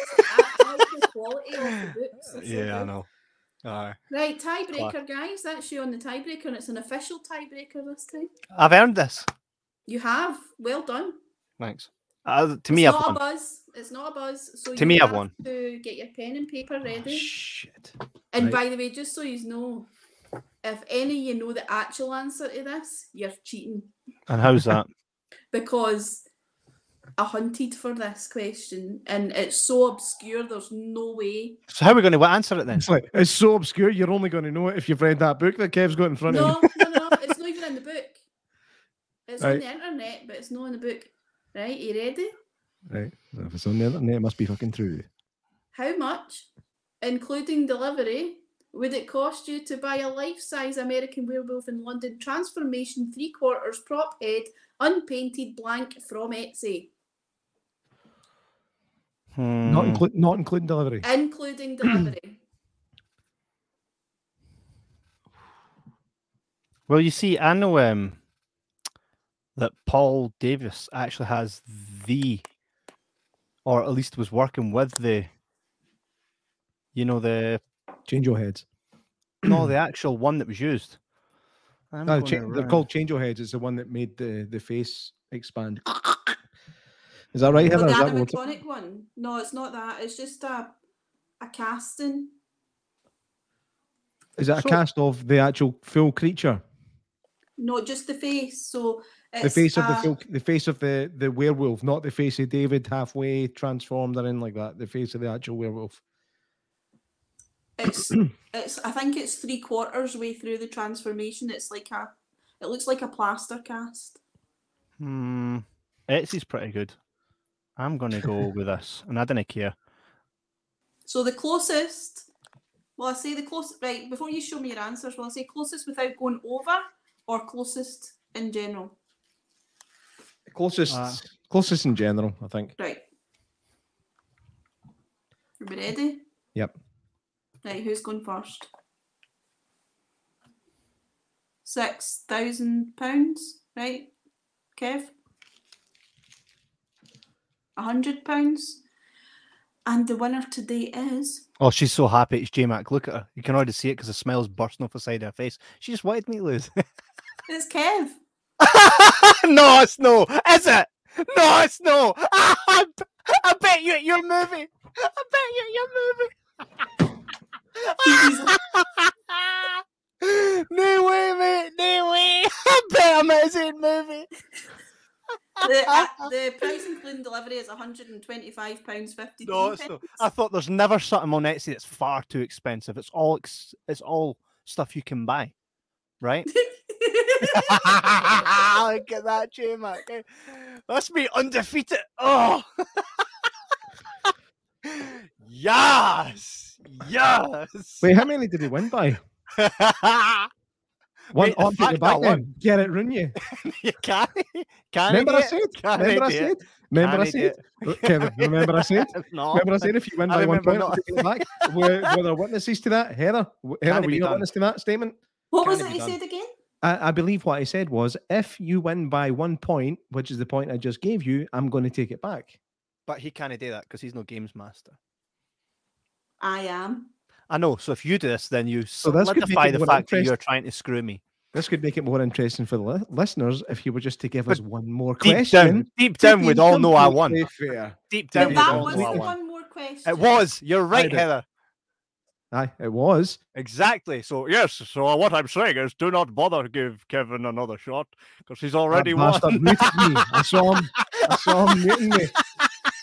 D: I like the quality of the books. They're so good.
A: know. Aye.
D: Right, tiebreaker, guys. That's you on the tiebreaker, and it's an official tiebreaker this time.
A: I've earned this.
D: You have. Well done.
A: Thanks. Uh, to me,
D: it's
A: I've
D: not
A: won.
D: a buzz. It's not a buzz. So
A: To
D: you
A: me, I've
D: have
A: won.
D: To get your pen and paper
B: Oh,
D: ready.
B: shit.
D: and
B: right.
D: by the way, just so you know, if any you know the actual answer to this, you're cheating
A: And how's that?
D: because I hunted for this question and it's so obscure. There's no way.
A: So how are we going to answer it then?
B: It's like it's so obscure you're only going to know it if you've read that book that Kev's got in front of
D: No,
B: you.
D: no, no. It's not even in the book. It's on
B: Right.
D: the internet, but it's not in the book. Right? You ready?
B: Right. If it's on the internet, it must be fucking true.
D: How much, including delivery, would it cost you to buy a life size American werewolf in London transformation three quarters prop head, unpainted blank from Etsy,
B: Not
A: Hmm,
B: include not including delivery.
D: including delivery?
A: well, you see, I know um, that Paul Davis actually has the, or at least was working with the, you know, the
B: Change your heads.
A: no, the actual one that was used. I'm
B: No,
A: gonna
B: cha- they're
A: ri-
B: called change your heads. It's the one that made the, the face expand. Is that right,
D: Or
B: Heather?
D: the
B: Is that what we're-
D: animatronic one? No, it's not that. It's just a a casting.
B: is that a
A: So-
B: cast of the actual full creature?
D: No, just the face. So it's uh,
B: The face of the
D: a-
B: full, the face of the, the werewolf, not the face of David halfway transformed or in like that. The face of the actual werewolf.
D: it's it's I think it's three quarters way through the transformation. It's like a it looks like a plaster cast.
A: Hmm. Etsy's pretty good. I'm going to go with this, and I don't care.
D: So the closest Well, I say the closest. Right before you show me your answers, will I say closest without going over, or closest in general?
B: Closest,
A: Ah.
B: closest in general, I think.
D: Right. Are we ready?
B: Yep.
D: Right, who's going first? Six thousand pounds, right? Kev? A hundred pounds. And the winner today is
A: Oh, she's so happy. It's J Mac. Look at her. You can already see it because the smile's bursting off the side of her face. She just wanted me to lose.
D: it's Kev.
A: no, it's no. Is it? No, it's no. I, I bet you at your movie. I bet you at your movie. no way, mate. No way. I bet I'm at his own movie.
D: The, uh, the price including delivery is £125.50.
A: No, it's not. I thought there's never something on Etsy that's far too expensive. It's all ex- it's all stuff you can buy, right? Look at that, J Mac. That's me undefeated. Oh, yes, yes.
B: Wait, how many did he win by? One
A: Wait, the
B: on
A: fact
B: the
A: that
B: back
A: I
B: then. Get it, Runye.
A: you can't. can't
B: Remember I
A: idiot.
B: said?
A: Can't
B: Remember I
A: idiot.
B: said? Remember I
A: Can't
B: said? Look, Kevin, remember I said?
A: No.
B: Remember I said if you win
A: I
B: by one
A: remember
B: point,
A: not.
B: you take it back. Were, were there witnesses to that? Heather, w- Heather
A: it
B: were
A: be
B: you not
A: done?
B: witness to that statement?
D: what was
A: Can
D: it
A: it be
D: he
A: done?
D: said again?
B: I, I believe what I said was if you win by one point, which is the point I just gave you, I'm going to take it back.
A: But he can't do that because he's no games master.
D: I am.
A: I know. So if you do this, then you
B: So this could make
A: solidify
B: it
A: the
B: more
A: fact that
B: interest-
A: you're trying to screw me.
B: This could make it more interesting for the li- listeners if you were just to give us one more
A: Deep
B: question.
A: down, deep down, we'd all know I won.
B: Completely Fair.
A: Deep
B: That
D: But
A: down, we'd
B: was
A: all
B: the
D: that was
A: know
D: the
A: I
B: one.
A: won.
D: one more question.
A: It was. You're right,
B: did.
A: Heather.
B: Aye, it was.
A: Exactly. So yes. So what I'm saying is, do not bother give Kevin another shot because he's
B: That
A: already won.
B: bastard muted me. I saw him. I saw him muting me.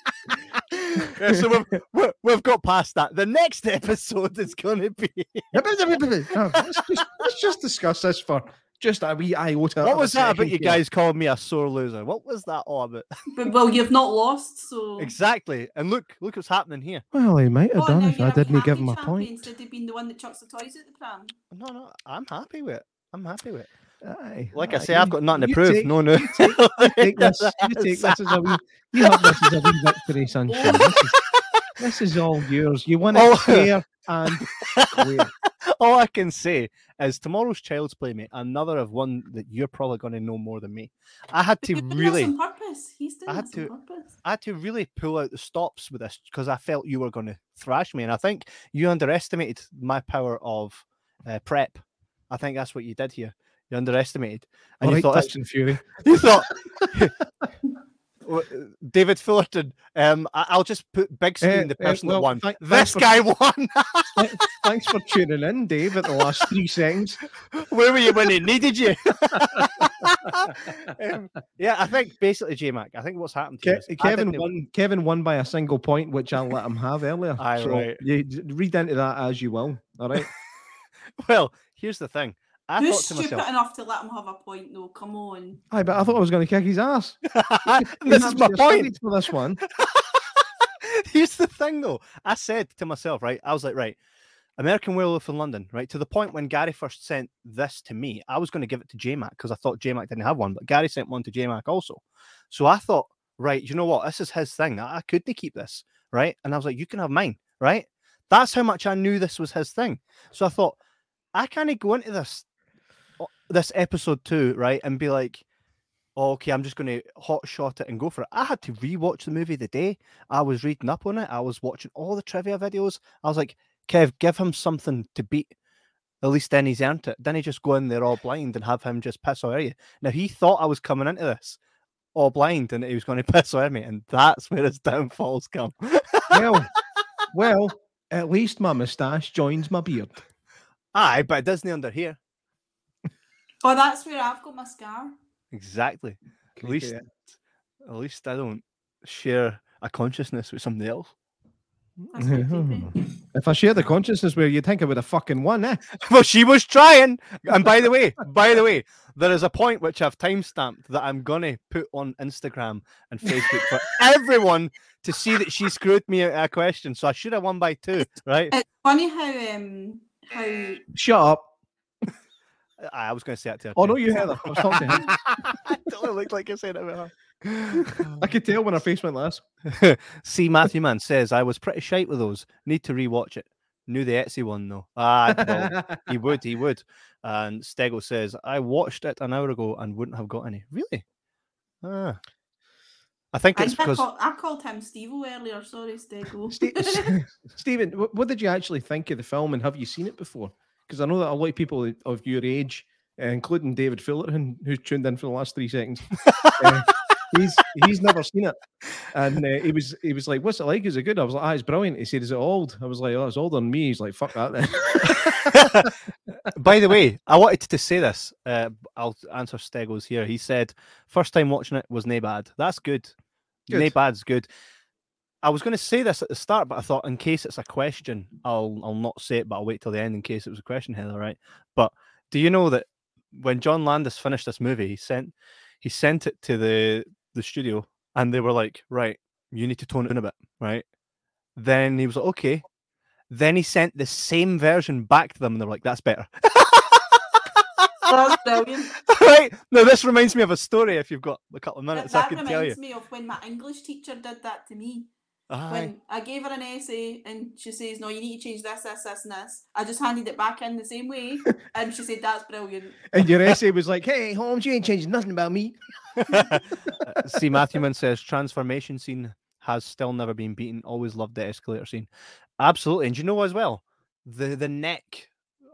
A: Yeah, so we've, we've we've got past that. The next episode is going to be
B: No, let's, just, let's just discuss this for just a wee iota. of
A: what
B: a
A: was that
B: second
A: about? You
B: here.
A: guys calling me a sore loser. What was that all about?
D: But, well, you've not lost, so.
A: exactly. And look, look what's happening here.
B: Well, he might have
D: Oh,
B: done
D: now
B: if
D: you're
B: I
D: a
B: didn't give
D: happy
B: him a
D: champion
B: point.
D: Instead of being the one that chucks the toys at the pram.
A: No, no, I'm happy with it. I'm happy with it.
B: Aye,
A: Uh, Like I
B: aye,
A: say, I've
B: you-
A: got nothing to
B: uh, you
A: prove.
B: take-
A: no, no.
B: you take- take this, you take this as a wee, you have this as a wee victory, sunshine. This is, this is all yours. You won it
A: Oh.
B: fair and clear.
A: All I can say is tomorrow's Child's Play, mate, another of one that you're probably going to know more than me. I had to
D: He's doing
A: really,
D: this on purpose. He's doing
A: I had
D: this on purpose.
A: I had to really pull out the stops with this because I felt you were going to thrash me, and I think you underestimated my power of uh, prep. I think that's what you did here. You underestimated, and
B: All
A: you
B: right,
A: thought this
B: Tyson Fury.
A: you thought W- David Fullerton. Um, I- I'll just put big screen
B: Eh,
A: the
B: eh,
A: person
B: well,
A: that won.
B: thank-
A: this
B: thanks for-
A: guy won.
B: Thanks for tuning in, Dave, at the last three seconds.
A: Where were you when it needed you? Um, yeah, I think basically J Mac. I think what's happened to
B: Ke-
A: us, I
B: Kevin
A: didn't- e-
B: won. Kevin won by a single point, which I let him have earlier.
A: Aye, right.
B: You d- read into that as you will. All right.
A: Well, here's the thing. I
D: Who's
A: thought to
D: stupid
A: myself,
D: enough to let him have a point, though? Come on.
B: Aye, but I thought I was going to kick his ass. You
A: this
B: have
A: is my
B: to be
A: point.
B: offended for this one.
A: Here's the thing, though. I said to myself, right? I was like, right, American Werewolf in London, right? To the point when Gary first sent this to me, I was going to give it to J Mac because I thought J Mac didn't have one, but Gary sent one to J Mac also. So I thought, right, you know what? This is his thing. I, I couldn't keep this, right? And I was like, you can have mine, right? That's how much I knew this was his thing. So I thought, I can't go into this o- this episode too, right? And be like, oh, okay, I'm just going to hot shot it and go for it. I had to rewatch the movie the day. I was reading up on it. I was watching all the trivia videos. I was like, Kev, give him something to beat. At least then he's earned it. Then he just go in there all blind and have him just piss all over you. Now he thought I was coming into this all blind and that he was going to piss all over me, and that's where his downfalls come.
B: Well, well, at least my moustache joins my beard.
A: Aye, but it doesn't under here.
D: Oh, that's where I've got my scar.
A: Exactly. At least,
B: Cricket.
A: at least I don't share a consciousness with somebody else.
D: That's pretty creepy.
B: If I shared the consciousness where you'd think I would have fucking won, eh?
A: well, she was trying. And by the way, by the way, there is a point which I've timestamped that I'm gonna put on Instagram and Facebook for everyone to see that she screwed me at a question. So I should have won by two, right?
D: It's funny how um how I
B: Shut up.
A: I I was going to say that to her.
B: Oh,
A: too.
B: no, you Heather. I was talking to him.
A: I totally looked like I said it about her.
B: I could tell when her face went like this.
A: See, Matthew Man says I was pretty shite with those. Need to rewatch it. Knew the Etsy one though. Ah, well, he would, he would. And Stego says I watched it an hour ago and wouldn't have got any. Really? Ah. I think it's
D: think I,
A: because
D: call, I called him Steve earlier. Sorry, Stego.
B: Ste- Stephen, wh- what did you actually think of the film and have you seen it before? Because I know that a lot of people of your age, uh, including David Fullerton, who's tuned in for the last three seconds, uh, he's he's never seen it. And uh, he was he was like, What's it like? Is it good? I was like, Ah, it's brilliant. He said, Is it old? I was like, Oh, it's old on me. He's like, Fuck that then.
A: By the way, I wanted to say this. Uh, b- I'll answer Steggles here. He said, first time watching it was nae bad. That's good.
B: Good.
A: Nae bad's good. I was going to say this at the start, but I thought in case it's a question, I'll I'll not say it, but I'll wait till the end in case it was a question, Heather, right? But do you know that when John Landis finished this movie, he sent he sent it to the the studio and they were like, Right, you need to tone it down a bit, right? Then he was like, Okay. Then he sent the same version back to them and they're like, That's better.
D: That's brilliant.
A: right? No, this reminds me of a story. If you've got a couple of
D: That,
A: minutes, I
D: that
A: can tell you.
D: reminds me of when my English teacher did that to me.
A: Aye.
D: When I gave her an essay and she says, No, you need to change this, this, this, and this. I just handed it back in the same way. And she said, That's brilliant.
B: and your essay was like, Hey, Holmes, you ain't changing nothing about me.
A: Uh, See, Matthewman says transformation scene has still never been beaten. Always loved the escalator scene. Absolutely, and do you know as well the the neck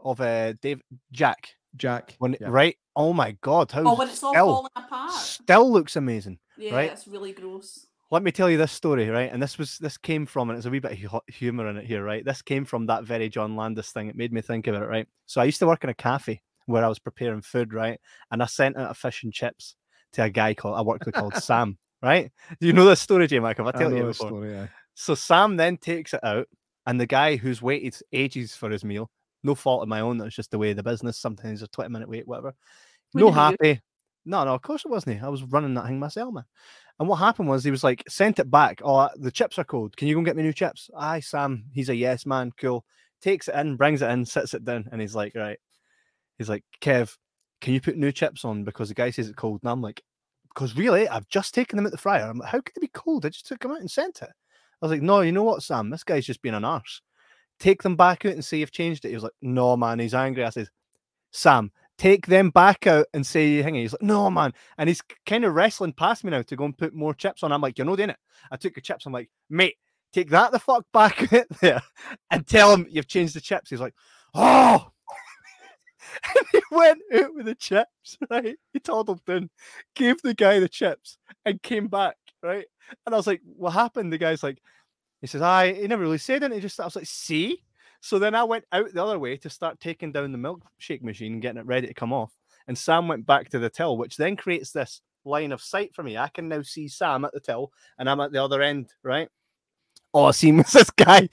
A: of uh Dave Jack
B: Jack.
A: when it
B: yeah.
A: right. Oh my God, how
D: Oh, when it's all
A: still
D: falling apart.
A: still looks amazing.
D: Yeah,
A: right?
D: that's really gross.
A: let me tell you this story, right? And this was this came from, and it's a wee bit of hu- humor in it here, right? This came from that very John Landis thing. It made me think about it, right? So I used to work in a cafe where I was preparing food, right? And I sent out a fish and chips to a guy called I worked with called Sam, right? Do you know this story, J Mike? Have I
B: I
A: tell
B: know
A: you
B: this
A: before?
B: story, aye.
A: So Sam then takes it out, and the guy who's waited ages for his meal, no fault of my own, that's just the way of the business. Sometimes a 20 minute wait, whatever.
D: We
A: no
D: know you.
A: happy. No, no, of course it wasn't. he. I was running that thing myself, man. And what happened was he was like, sent it back. Oh, the chips are cold. Can you go and get me new chips? Aye, Sam. He's a yes man. Cool. Takes it in, brings it in, sits it down, and he's like, right. He's like, Kev, can you put new chips on? Because the guy says it's cold. And I'm like, because really, I've just taken them at the fryer. I'm like, how could they be cold? I just took them out and sent it. I was like, no, you know what, Sam? This guy's just being an arse. Take them back out and see you've changed it. He was like, no, man, he's angry. I says, Sam, take them back out and say you hang it. He's like, no, man. And he's kind of wrestling past me now to go and put more chips on. I'm like, you're not doing it. I took your chips. I'm like, mate, take that the fuck back out there and tell him you've changed the chips. He's like, oh. and he went out with the chips, right? He toddled down, gave the guy the chips, and came back, right? And I was like, what happened? The guy's like, he says, I he never really said anything. He just I was like, see? So then I went out the other way to start taking down the milkshake machine and getting it ready to come off. And Sam went back to the till, which then creates this line of sight for me. I can now see Sam at the till and I'm at the other end, right? All I seen was this guy.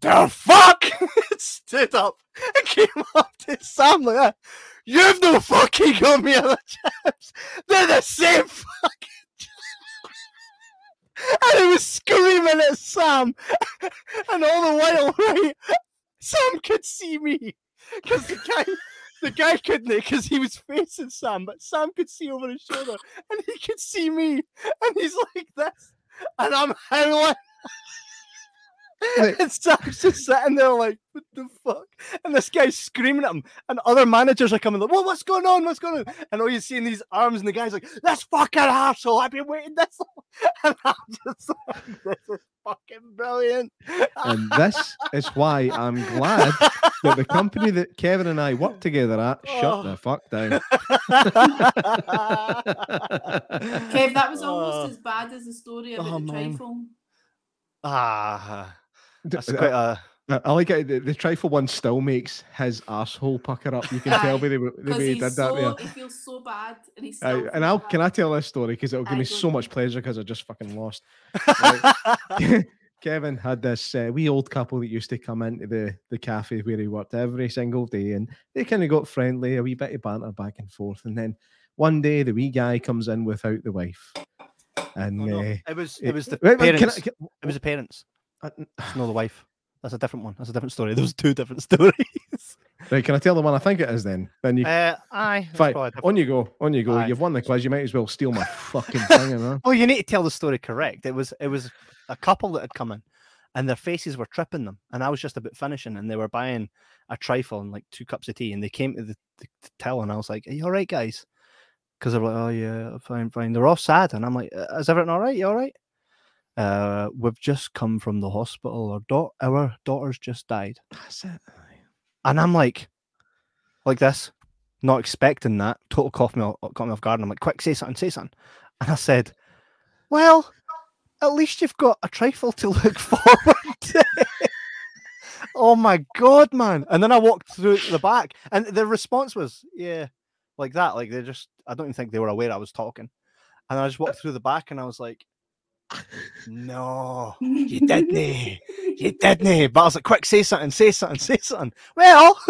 A: The fuck stood up and came up to Sam like that. You've no fucking got me other chaps. They're the same fucking chaps." And he was screaming at Sam. And all the while, right? Sam could see me. Because the guy the guy couldn't because he was facing Sam, but Sam could see over his shoulder and he could see me. And he's like this. And I'm howling.
B: Like-
A: and Sam's just sitting there like, what the fuck? And this guy's screaming at him. And other managers are coming like, well, what's going on? What's going on? And all you see in these arms, and the guy's like, this fucking asshole, I've been waiting this long. And I'm just like, this is fucking brilliant.
B: And this is why I'm glad that the company that Kevin and I worked together at
A: Oh.
B: shut the fuck down.
D: Kev, that was almost
A: Oh.
D: as bad as the story about
A: Oh,
D: the
A: man.
D: trifle.
A: ah, that's
B: I-
A: quite a.
B: I, I like it. The, the trifle one still makes his asshole pucker up. You can tell
D: Aye,
B: by the, w- the
D: Because
B: way he
D: he's
B: did
D: so,
B: that
D: he feels so bad. And he's
B: there. Uh, and I'll can I tell this story because it'll give
D: Aye,
B: me
D: go
B: so
D: on.
B: much pleasure because I just fucking lost. Right.
A: oh,
B: Kevin had this uh, wee old couple that used to come into the, the cafe where he worked every single day, and they kind of got friendly, a wee bit of banter back and forth. And then one day, the wee guy comes in without the wife, And
A: Oh, No, no.
B: uh,
A: It was
B: it-
A: it was the
B: Wait, wait,
A: parents.
B: can I- can-
A: It was the parents.
B: I-
A: It's not the wife. That's a different one. That's a different story. Those two different stories.
B: right, can I tell the one I think it is then? Then you
A: Uh, aye. that's
B: fine.
A: probably a different-
B: On you go. On you go.
A: Aye.
B: You've won the quiz. You might as well steal my fucking thing, man.
A: Well, you need to tell the story correct. It was it was a couple that had come in, and their faces were tripping them, and I was just about finishing, and they were buying a trifle and like two cups of tea, and they came to the, the, the till, and I was like, "Are you all right, guys?" Because they were like, "Oh yeah, fine, fine." They're all sad, and I'm like, "Uh, "Is everything all right? You all right?" Uh, we've just come from the hospital. Our daughter, our daughter's just died,
B: That's it.
A: and I'm like, like this, not expecting that. Total caught me off, caught me off guard. And I'm like, quick, say something, say something. And I said, well, at least you've got a trifle to look forward to. oh my god, man! And then I walked through to the back, and the response was, yeah, like that. Like they just, I don't even think they were aware I was talking. And I just walked through the back, and I was like, no, you didn't. You didn't. But I was like, quick, say something, say something, say something. Well,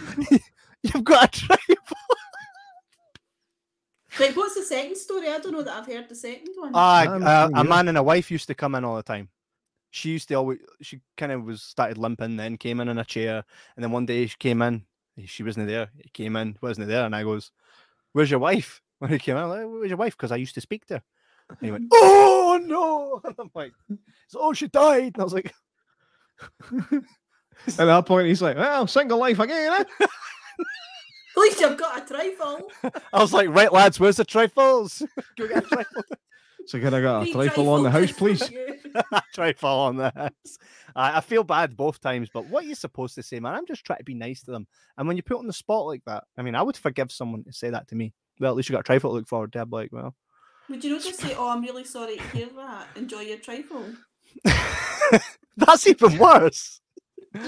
A: you've got a trifle.
D: Like, what's the second story? I don't know that I've heard the second one.
A: Uh,
B: I'm
A: uh,
B: sure
A: a
B: you-
A: man and a wife used to come in all the time. She used to always, she kind of was started limping, then came in in a chair, and then one day she came in, eh, she wasn't there. He came in, wasn't there, and I goes, "Where's your wife?" When he came in, I'm like, "Where's your wife?" Because I used to speak to her. And he went, "Oh no!" And I'm like, "It's, "Oh, she died," and I was like,
B: At that point, he's like, "Well, single life again." Eh?
D: At least I've got a trifle.
A: "I was like, right lads, where's the trifles? Go get a trifle,
B: So can I got a
D: Three
B: trifle on the house,
D: trifles
B: please?
D: for you.
A: trifle on this." I, I feel bad both times, but what are you supposed to say, man? I'm just trying to be nice to them. And when you put on the spot like that, I mean, I would forgive someone to say that to me. Well, at least you got a trifle to look forward to. I'd be like, well,
D: Would you not just say, "Oh, I'm really sorry to hear that. Enjoy your trifle."
A: that's even worse.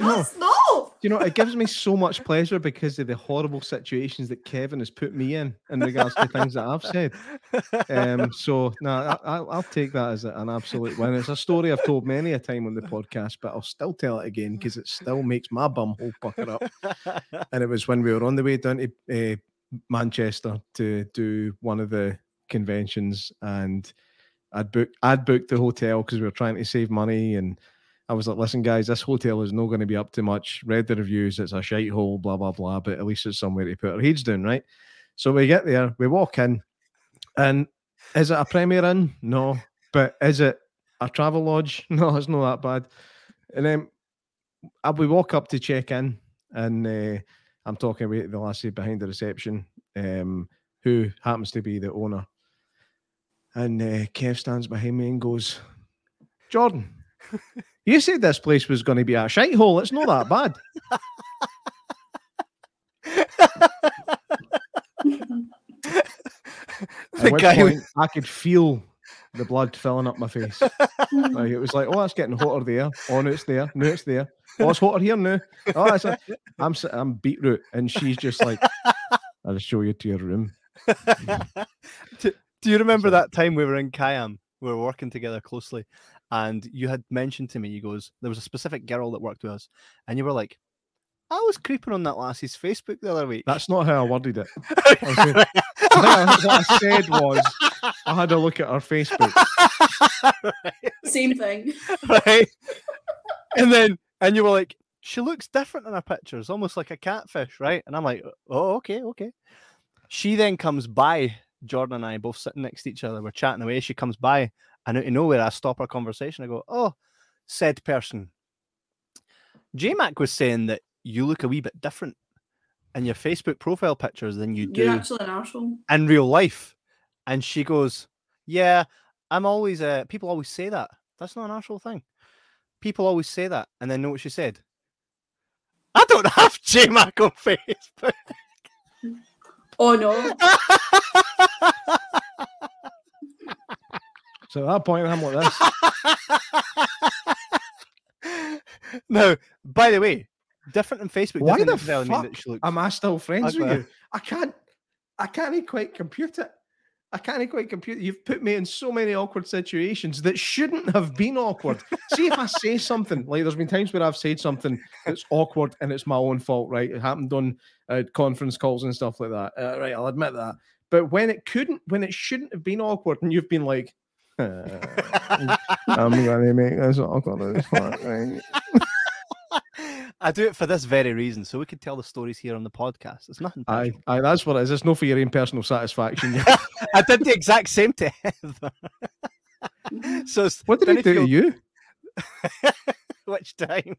D: No, it's not.
B: You know, it gives me so much pleasure because of the horrible situations that Kevin has put me in in regards to things that I've said. Um, so no, I, I, I'll take that as a- an absolute win. It's a story I've told many a time on the podcast, but I'll still tell it again because it still makes my bum hole pucker up. And it was when we were on the way down to uh, Manchester to do one of the conventions, and I'd booked I'd booked the hotel because we were trying to save money, and I was like, "Listen, guys, this hotel is not going to be up to much. Read the reviews; it's a shite hole, blah blah blah. But at least it's somewhere to put our heads down, right?" So we get there, we walk in, and is it a Premier Inn? No. But is it a travel lodge? No, it's not that bad. And then uh, we walk up to check in, and uh, I'm talking with the lassie behind the reception, um, who happens to be the owner. And uh, Kev stands behind me and goes, Jordan, you said this place was going to be a shite hole. It's not that bad. At
A: The
B: which
A: guy who-
B: point, I could feel the blood filling up my face. Like, it was like, oh, it's getting hotter there. Oh, no, it's there. No, it's there. Oh, it's hotter here now. Oh, it's a... I'm s- I'm beetroot, and she's just like, I'll show you to your room.
A: do, do you remember
B: So-
A: that time we were in Kayam? We were working together closely, and you had mentioned to me, you goes, there was a specific girl that worked with us, and you were like, I was creeping on that lassie's Facebook the other week.
B: That's not how I worded it. I was saying- what I said was, I had a look at her Facebook.
D: Same thing.
A: right? and then and you were like, she looks different in her pictures, almost like a catfish, right? And I'm like, oh, okay, okay. She then comes by, Jordan and I both sitting next to each other, we're chatting away. She comes by, and out of nowhere, I stop our conversation. I go, oh, said person. J Mac was saying that you look a wee bit different in your Facebook profile pictures than you do
D: You're actually an arsehole.
A: in real life. And she goes, Yeah, I'm always, uh, people always say that. That's not an actual thing. People always say that. And then know what she said? I don't have J Mac on Facebook.
D: Oh no.
B: So at that point, I'm like this.
A: no, by the way, different than Facebook.
B: Why
A: doesn't
B: the
A: necessarily
B: fuck
A: mean that she looks.
B: Am I still friends with
A: Okay.
B: you? I can't. I can't e- quite compute it. I can't e- quite compute. You've put me in so many awkward situations that shouldn't have been awkward. See if I say something like there's been times where I've said something that's awkward and it's my own fault, right? It happened on uh, conference calls and stuff like that. Uh, right, I'll admit that. But when it couldn't, when it shouldn't have been awkward, and you've been like, I'm gonna make this awkward as fuck, right?
A: I do it for this very reason, so we could tell the stories here on the podcast. It's nothing.
B: Aye,
A: personal.
B: aye, that's what it is. It's not for your own personal satisfaction.
A: I did the exact same to Heather. so it's
B: What did he do to
A: Finneyfield-
B: you?
A: Which time?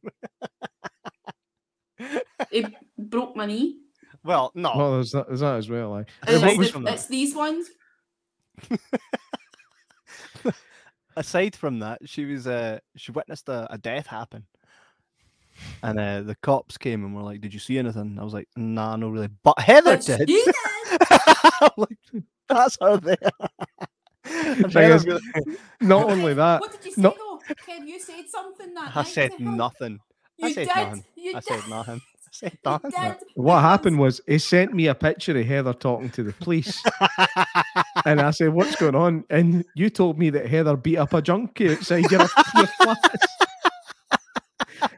D: it broke my knee.
A: Well, no.
B: Well, there's that, there's that as well. Like,
D: It's,
A: what was
D: the-
A: from that?
D: it's these ones.
A: aside from that, she was uh, she witnessed a, a death happen, and uh, the cops came and were like, "Did you see anything?" I was like, "Nah, no really." But Heather
D: It's
A: did.
D: you
A: I'm like, That's her there. And
B: Thing
A: Heather's
B: is,
A: gonna-
B: not only
D: Kev,
B: that,
D: What did you say
B: no-
D: though? Kev, you said something that
A: I
D: night to
A: said
D: him.
A: nothing.
D: You
A: said
D: did.
A: nothing.
D: You
A: I
D: did.
A: said nothing. I said
D: You
A: nothing.
D: did.
B: what happened was he sent me a picture of Heather talking to the police, and I said, "What's going on?" And you told me that Heather beat up a junkie outside your, your flat.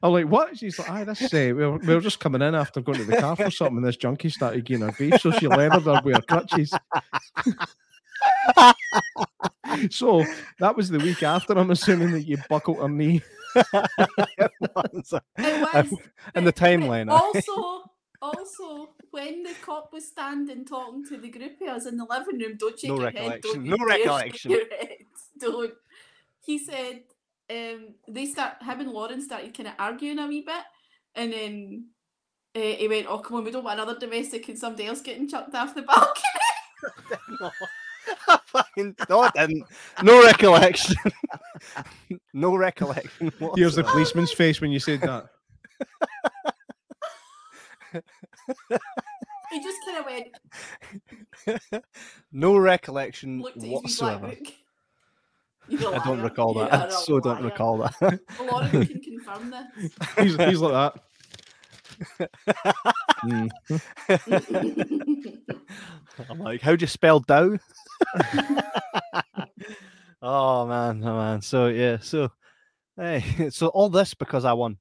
B: I'm like, "What?" She's like, "Aye, this uh, we, were, we were just coming in after going to the car for something, and this junkie started getting her beef, so she leathered her with her crutches." so that was the week after. I'm assuming that you buckled her knee.
A: It was.
D: It
A: I-
D: was.
A: and the
D: but- but
A: timeline, I-
D: Also, also, when the cop was standing talking to the group of us in the living room, don't shake
A: No
D: your head.
A: recollection. No
D: Don't you dare shake
A: recollection.
D: your head, Don't. He said um, they start. Him and Lauren started kind of arguing a wee bit, and then. Uh, he went, oh come on, we don't want another domestic and somebody else getting chucked off the balcony.
A: No. I fucking no, I didn't. No recollection. no recollection.
B: Here's the
A: whatsoever.
B: policeman's face when you said that.
D: He just kind of went,
A: no recollection
D: looked at his wee black
A: whatsoever.
D: book. You're a
A: I don't
D: liar.
A: recall that.
D: You're
A: I
D: a
A: so don't
D: liar.
A: recall that.
D: Lauren can confirm this.
B: He's, he's like that.
A: I'm like, how'd you spell Dow? oh man, oh man. So yeah, so hey, so all this because I won.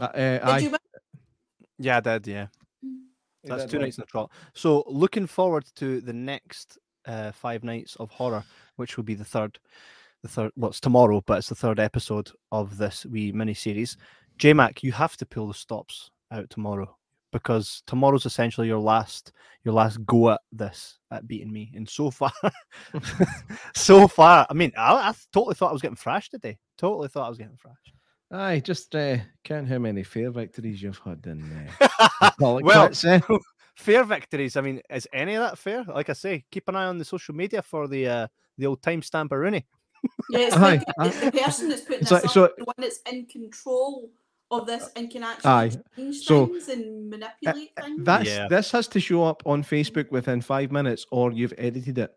B: Uh, uh,
D: Did
B: aye.
D: you win?
A: Yeah, I did. Yeah,
B: He
A: that's
B: did
A: two
B: win.
A: nights in a trot. So looking forward to the next uh, five nights of horror, which will be the third, the third. Well, it's tomorrow, but it's the third episode of this wee mini series. J Mac, you have to pull the stops out tomorrow because tomorrow's essentially your last your last go at this at beating me and so far so far i mean I, I totally thought i was getting thrashed today totally thought i was getting thrashed
B: Aye, just uh, count how many fair victories you've had in uh, the Pollock
A: Well-
B: Quits, eh?
A: fair victories. I mean, is any of that fair? Like I say, keep an eye on the social media for the uh, the old timestamp of Rooney.
D: Yeah, it's
B: Aye,
D: like it's the person that's putting
B: It's
D: this
B: like-
D: up,
B: so- Uh,
D: the one that's in control of this and can actually
B: aye,
D: change
B: so, uh,
D: things and manipulate things.
B: That's
A: Yeah.
B: this has to show up on Facebook within five minutes, or you've edited it.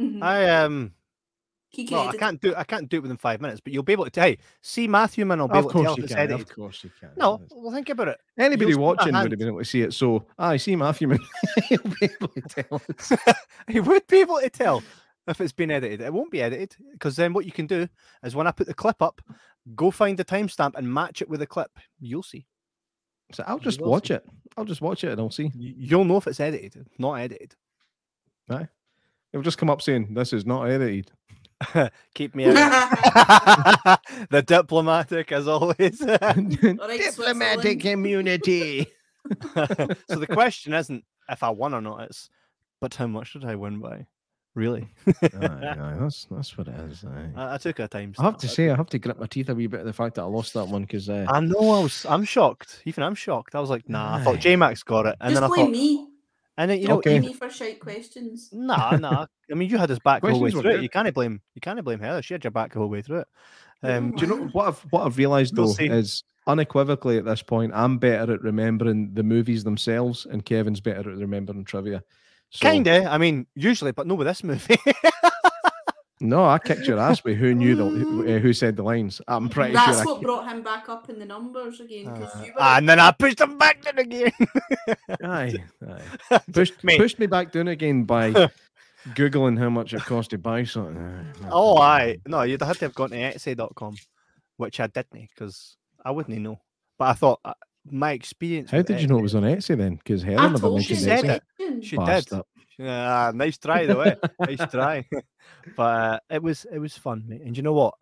D: Mhm.
A: I um,
D: he can
A: well, I
D: edit it.
A: can't do I can't do it within five minutes, but you'll be able to. Hey, see Matthew, man, I'll be able to tell if it's edited.
B: Of course you can.
A: No, well, think about it.
B: anybody
A: see my
B: watching would
A: hand.
B: have been able to see it. So, aye, see Matthew, man. You'll be able to tell us.
A: He would be able to tell if it's been edited. It won't be edited because then what you can do is when I put the clip up, go find the timestamp and match it with the clip. You'll see.
B: So I'll
A: You
B: just
A: will
B: watch
A: see.
B: it. I'll just watch it, and I'll see.
A: You- You'll know if it's edited, if not edited.
B: It'll just come up saying this is not edited.
A: Keep me out. the diplomatic, as always.
D: Alright, so it's a link.
B: immunity.
A: so the question isn't if I won or not, it's but how much did I win by? Really?
B: aye, aye, that's that's what it is. Aye.
A: I, I took a time.
B: I have to say, I have to grit my teeth a wee bit at the fact that I lost that one because uh,
A: I know I was I'm shocked. Even I'm shocked. I was like, nah, I thought
B: Aye.
A: J Max got it. And
D: Just
A: then I
D: blame
A: thought
D: me.
A: and then you know
B: Okay.
A: even-
D: Blame me for shite questions.
A: nah, nah. I mean you had his back the whole way
B: Questions were
A: through it.
B: good.
A: You can't blame you can't blame Heather. She had your back the whole way through it. Um
B: do you know what I've what I've realised though
A: We'll see.
B: is unequivocally at this point I'm better at remembering the movies themselves and Kevin's better at remembering trivia. So,
A: kinda. I mean, usually, but not with this movie.
B: No, I kicked your ass with who knew the who, uh, who said the lines. I'm pretty
D: That's
B: sure.
D: what brought him back up in the numbers again. 'cause
A: Uh,
D: you were
A: and then I pushed him back to the gear.
B: I, aye, aye. pushed
A: Mate.
B: pushed me back down again by googling how much it cost to buy something. Aye, no,
A: Oh,
B: come on.
A: aye. No, you'd have had to have gone to Etsy.com, which I didn't because I wouldn't know. But I thought uh, my experience.
B: How
A: with
B: did you know it
A: Etsy-
B: was on Etsy then? Because Heather
D: I
B: never
D: told you
B: mentioned
A: said
B: Etsy.
A: it.
D: question.
A: She
B: Bastard.
A: did. Ah, nice try though. Eh? nice try. but uh, it was it was fun, mate. And you know what?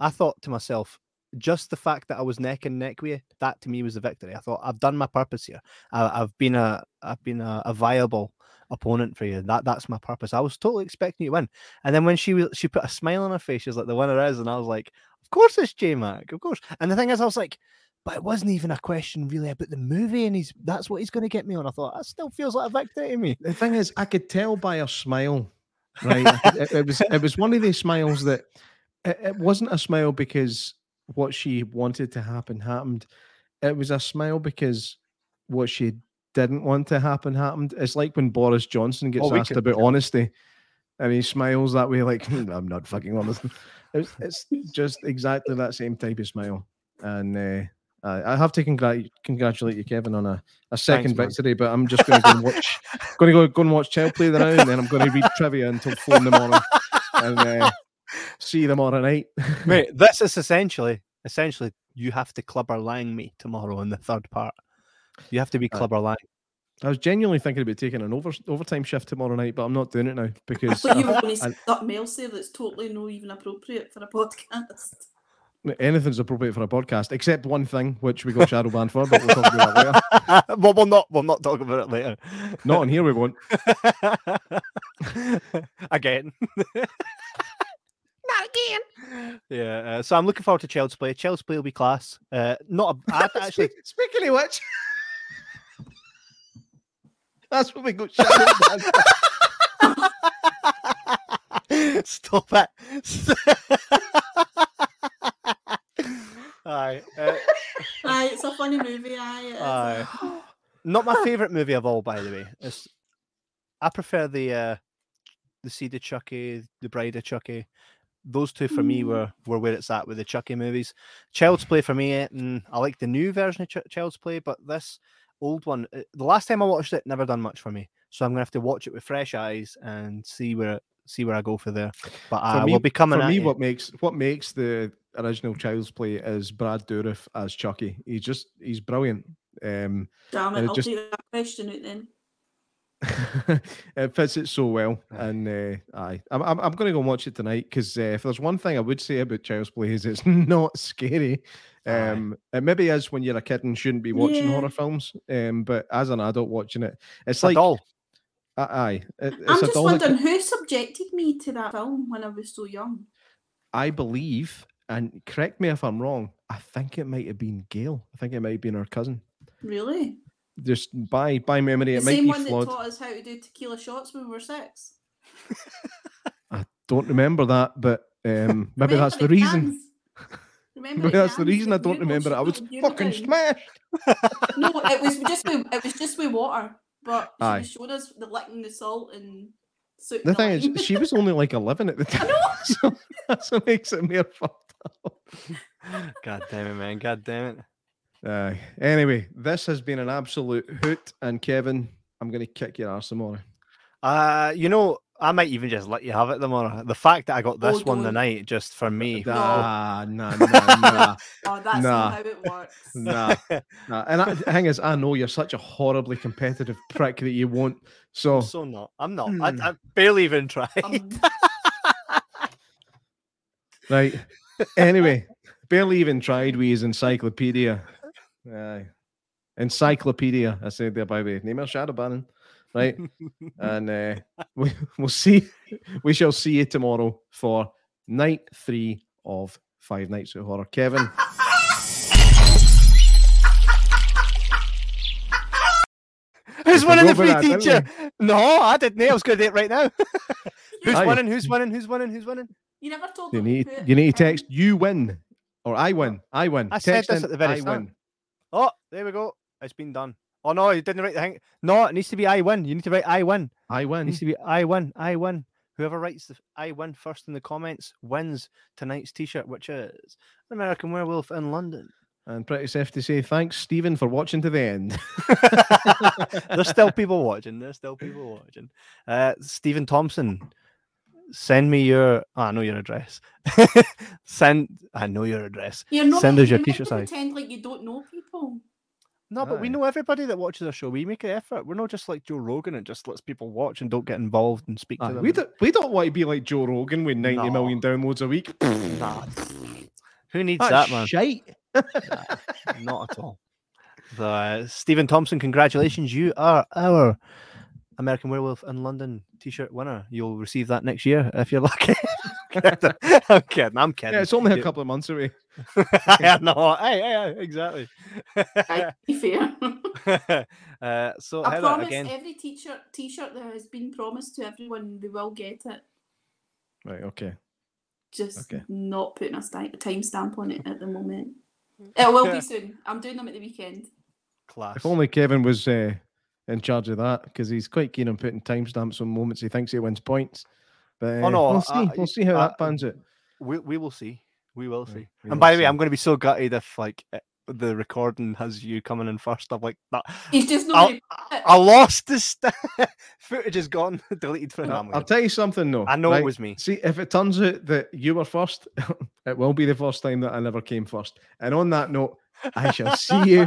A: I thought to myself, just the fact that I was neck and neck with you, that to me was the victory. I thought I've done my purpose here. I, I've been a I've been a, a viable opponent for you. That that's my purpose. I was totally expecting you to win. And then when she was she put a smile on her face, she was like the winner is, and I was like, of course it's J Mac, of course. And the thing is, I was like. But it wasn't even a question really about the movie, and he's that's what he's going to get me on. I thought that still feels like a victory to me.
B: The thing is, I could tell by her smile. Right, I could- it, it was it was one of these smiles that it, it wasn't a smile because what she wanted to happen happened. It was a smile because what she didn't want to happen happened. It's like when Boris Johnson gets
A: Oh, we
B: asked
A: could
B: about honesty, and he smiles that way, like "Hmm, I'm not fucking honest. It's, it's just exactly that same type of smile, and. Uh, I I have to congrat- congratulate you, Kevin, on a, a second
A: man.
B: victory. But I'm just going to go and watch going to go go and watch Chelsea play the round, and then I'm going to read trivia until four in the morning, and uh, see them tomorrow night.
A: Mate, this is essentially essentially you have to clubber lang me tomorrow in the third part. You have to be
B: Uh,
A: clubber lang.
B: I was genuinely thinking about taking an over, overtime shift tomorrow night, but I'm not doing it now because
D: But you were
B: I've-
D: going to
B: and-
D: stop else there that's totally no even appropriate for a podcast.
B: anything's appropriate for a podcast except one thing, which we got shadow banned for, but we'll talk about that later.
A: well, we'll not we'll not talk about it later.
B: Not on here, we won't.
A: again. Not again. Yeah, uh, so I'm looking forward to Child's Play. Child's Play will be class. Uh, not a, I'd actually.
B: Speak- Speaking of which, that's what we got shadow banned. for.
A: Stop it. Aye, uh,
D: aye, it's a funny movie. Aye, it is.
A: Aye. not my favorite movie of all, by the way. It's, I prefer the uh, the Seed of Chucky, the Bride of Chucky. Those two for me
D: Mm.
A: were were where it's at with the Chucky movies. Child's Play for me, eh, mm, I like the new version of Ch- Child's Play, but this old one, eh, the last time I watched it, never done much for me. So I'm gonna have to watch it with fresh eyes and see where see where I go for there. But I
B: me-
A: will be coming
B: For
A: at
B: me,
A: you.
B: Uh, what makes what makes the original Child's Play is Brad Dourif as Chucky. He's just he's brilliant. Um,
D: Damn
B: and
D: it,
B: it
D: I'll
B: just-
D: take that question out then.
B: it fits it so well,
A: Aye.
B: and uh, aye, I'm I'm, I'm going to go and watch it tonight because uh, if there's one thing I would say about Child's Play is it's not scary.
A: Aye.
B: Um, it maybe is when you're a kid and shouldn't be watching
D: Yeah.
B: horror films. Um, but as an adult watching it, it's,
A: it's
B: like
A: a doll.
B: a- aye, it- it's
D: I'm
B: a
D: just
B: doll that
D: wondering who subjected me to that film when I was so young.
B: I believe, and correct me if I'm wrong, I think it might have been Gail. I think it might have been her cousin.
D: Really?
B: Just by by memory,
D: The
B: it might
D: same
B: be
D: one
B: flawed.
D: that taught us how to do tequila shots when we were six.
B: Don't remember that, but um, maybe
D: Remember
B: that's the reason.
D: cans? Remember
B: Maybe
D: the
B: that's the
D: cans
B: reason I
D: with
B: don't remember it. I was
D: noodles showing
B: fucking
D: urine?
B: smashed.
D: No, it was just with, it was just with water, but she
B: Aye.
D: was showed us the licking the salt and so
B: The thing is, she was only like 11 at the time. so that's what makes it mere fucked up.
A: God damn it, man. God damn it.
B: Aye. anyway, this has been an absolute hoot. And Kevin, I'm going to kick your arse tomorrow.
A: Uh, you know, I might even just let you have it tomorrow. The fact that I got
D: Oh,
A: this one
D: don't.
A: tonight just for me.
D: No.
B: Nah, nah, nah, nah.
D: oh,
B: nah.
D: that's not how it works. Um,
B: Nah, nah. And I, the thing is, I know you're such a horribly competitive prick that you won't.
D: Oh.
B: So,
A: I'm so not. I'm not.
B: Mm.
D: Hmm.
A: I, I barely even try.
D: Um,
B: right. Anyway, barely even tried we is encyclopedia. Aye. Encyclopedia, I said there by the way. Name of Shadow Bannon. Right. and uh, we, we'll see. We shall see you tomorrow for night three of Five Nights at Horror. Kevin.
A: Who's
B: We
A: winning the
B: go for
A: free
B: that, didn't
A: teacher? No, I didn't. I was going to do it right now. Who's
B: Aye.
A: winning? Who's winning? Who's winning? Who's winning?
D: you never told
B: You
D: them
B: need
D: who it-
B: you need
D: um,
B: to text you win or I win. I win.
A: I said
B: Text
A: this
B: in,
A: at the very
B: I
A: start.
B: win.
A: Oh, there we go. It's been done. Oh no, you didn't write the thing. No, it needs to be I win. You need to write I win.
B: I
A: It
B: win.
D: Hmm.
A: needs to be I win. I win. Whoever writes the f- I win first in the comments wins tonight's t-shirt, which is an American Werewolf in London.
B: And pretty safe to say, thanks, Stephen, for watching to the end.
A: There's still people watching. There's still people watching. Uh, Stephen Thompson, send me your. Oh, I know your address. send. I know your address.
D: You're not
A: Send us your
D: you're not
A: t-shirt
D: gonna
A: size.
D: Pretend like you don't know people.
A: No, but we
B: Aye.
A: know everybody that watches our show. We make an effort. We're not just like Joe Rogan and just lets people watch and don't get involved and speak
B: Aye,
A: to them.
B: we, don't, we don't want to be like Joe Rogan with ninety
A: No.
B: million downloads a week.
A: Nah. Who needs
B: That's
A: that, man?
B: shite.
A: not at all. So, uh, Stephen Thompson, congratulations. You are our American Werewolf in London t shirt winner. You'll receive that next year if you're lucky. I'm kidding. I'm kidding.
B: Yeah, it's only a
A: You-
B: couple of months away.
A: I know. Aye, aye, aye, exactly.
D: Aye, be fair.
A: uh, so,
D: I
A: Heather,
D: promise
A: again.
D: every t-shirt t-shirt that has been promised to everyone, we will get it.
B: Right. Okay.
D: Just
B: Okay.
D: not putting a, sti- a timestamp on it at the moment. It will be soon. I'm doing them at the weekend.
A: class.
B: If only Kevin was uh, in charge of that because he's quite keen on putting timestamps on moments he thinks he wins points. But uh,
A: Oh, no,
B: we'll see.
A: I-
B: we'll see how
A: I-
B: that pans out.
A: we, we will see. We will
B: Yeah,
A: see.
B: we
A: and
B: will
A: by the way,
B: see.
A: I'm going to be so gutted if like it- the recording has you coming in first. I'm like that.
D: He's just not.
A: I,
D: gonna-
A: I- I lost this st- footage is gone, deleted from.
B: I-
A: No, I'm
B: I'll,
A: gonna-
B: tell you something though.
A: I know
B: Oh, right?
A: it was me.
B: See, if it turns out that you were first, it will be the first time that I never came first. And on that note, I shall see you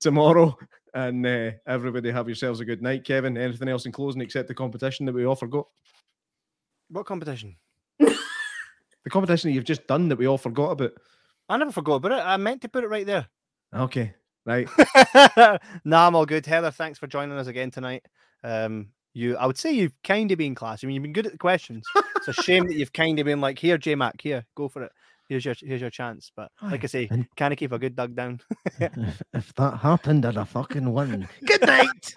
B: tomorrow. And uh, everybody have yourselves a good night, Kevin. Anything else in closing except the competition that we all forgot?
A: What competition?
B: The competition that you've just done that we all forgot about.
A: I never forgot about it. I meant to put it right there.
B: Okay, right.
A: nah, I'm all good. Heather, thanks for joining us again tonight. Um, you, I would say you've kind of been classy. I mean, you've been good at the questions. It's a shame that you've kind of been like, here, J Mac, here, go for it. Here's your here's your chance. But like I
B: Aye,
A: say,
B: Oh, and-
A: kind of keep a good dug down.
B: if, if that happened, I'd have fucking won. Good night.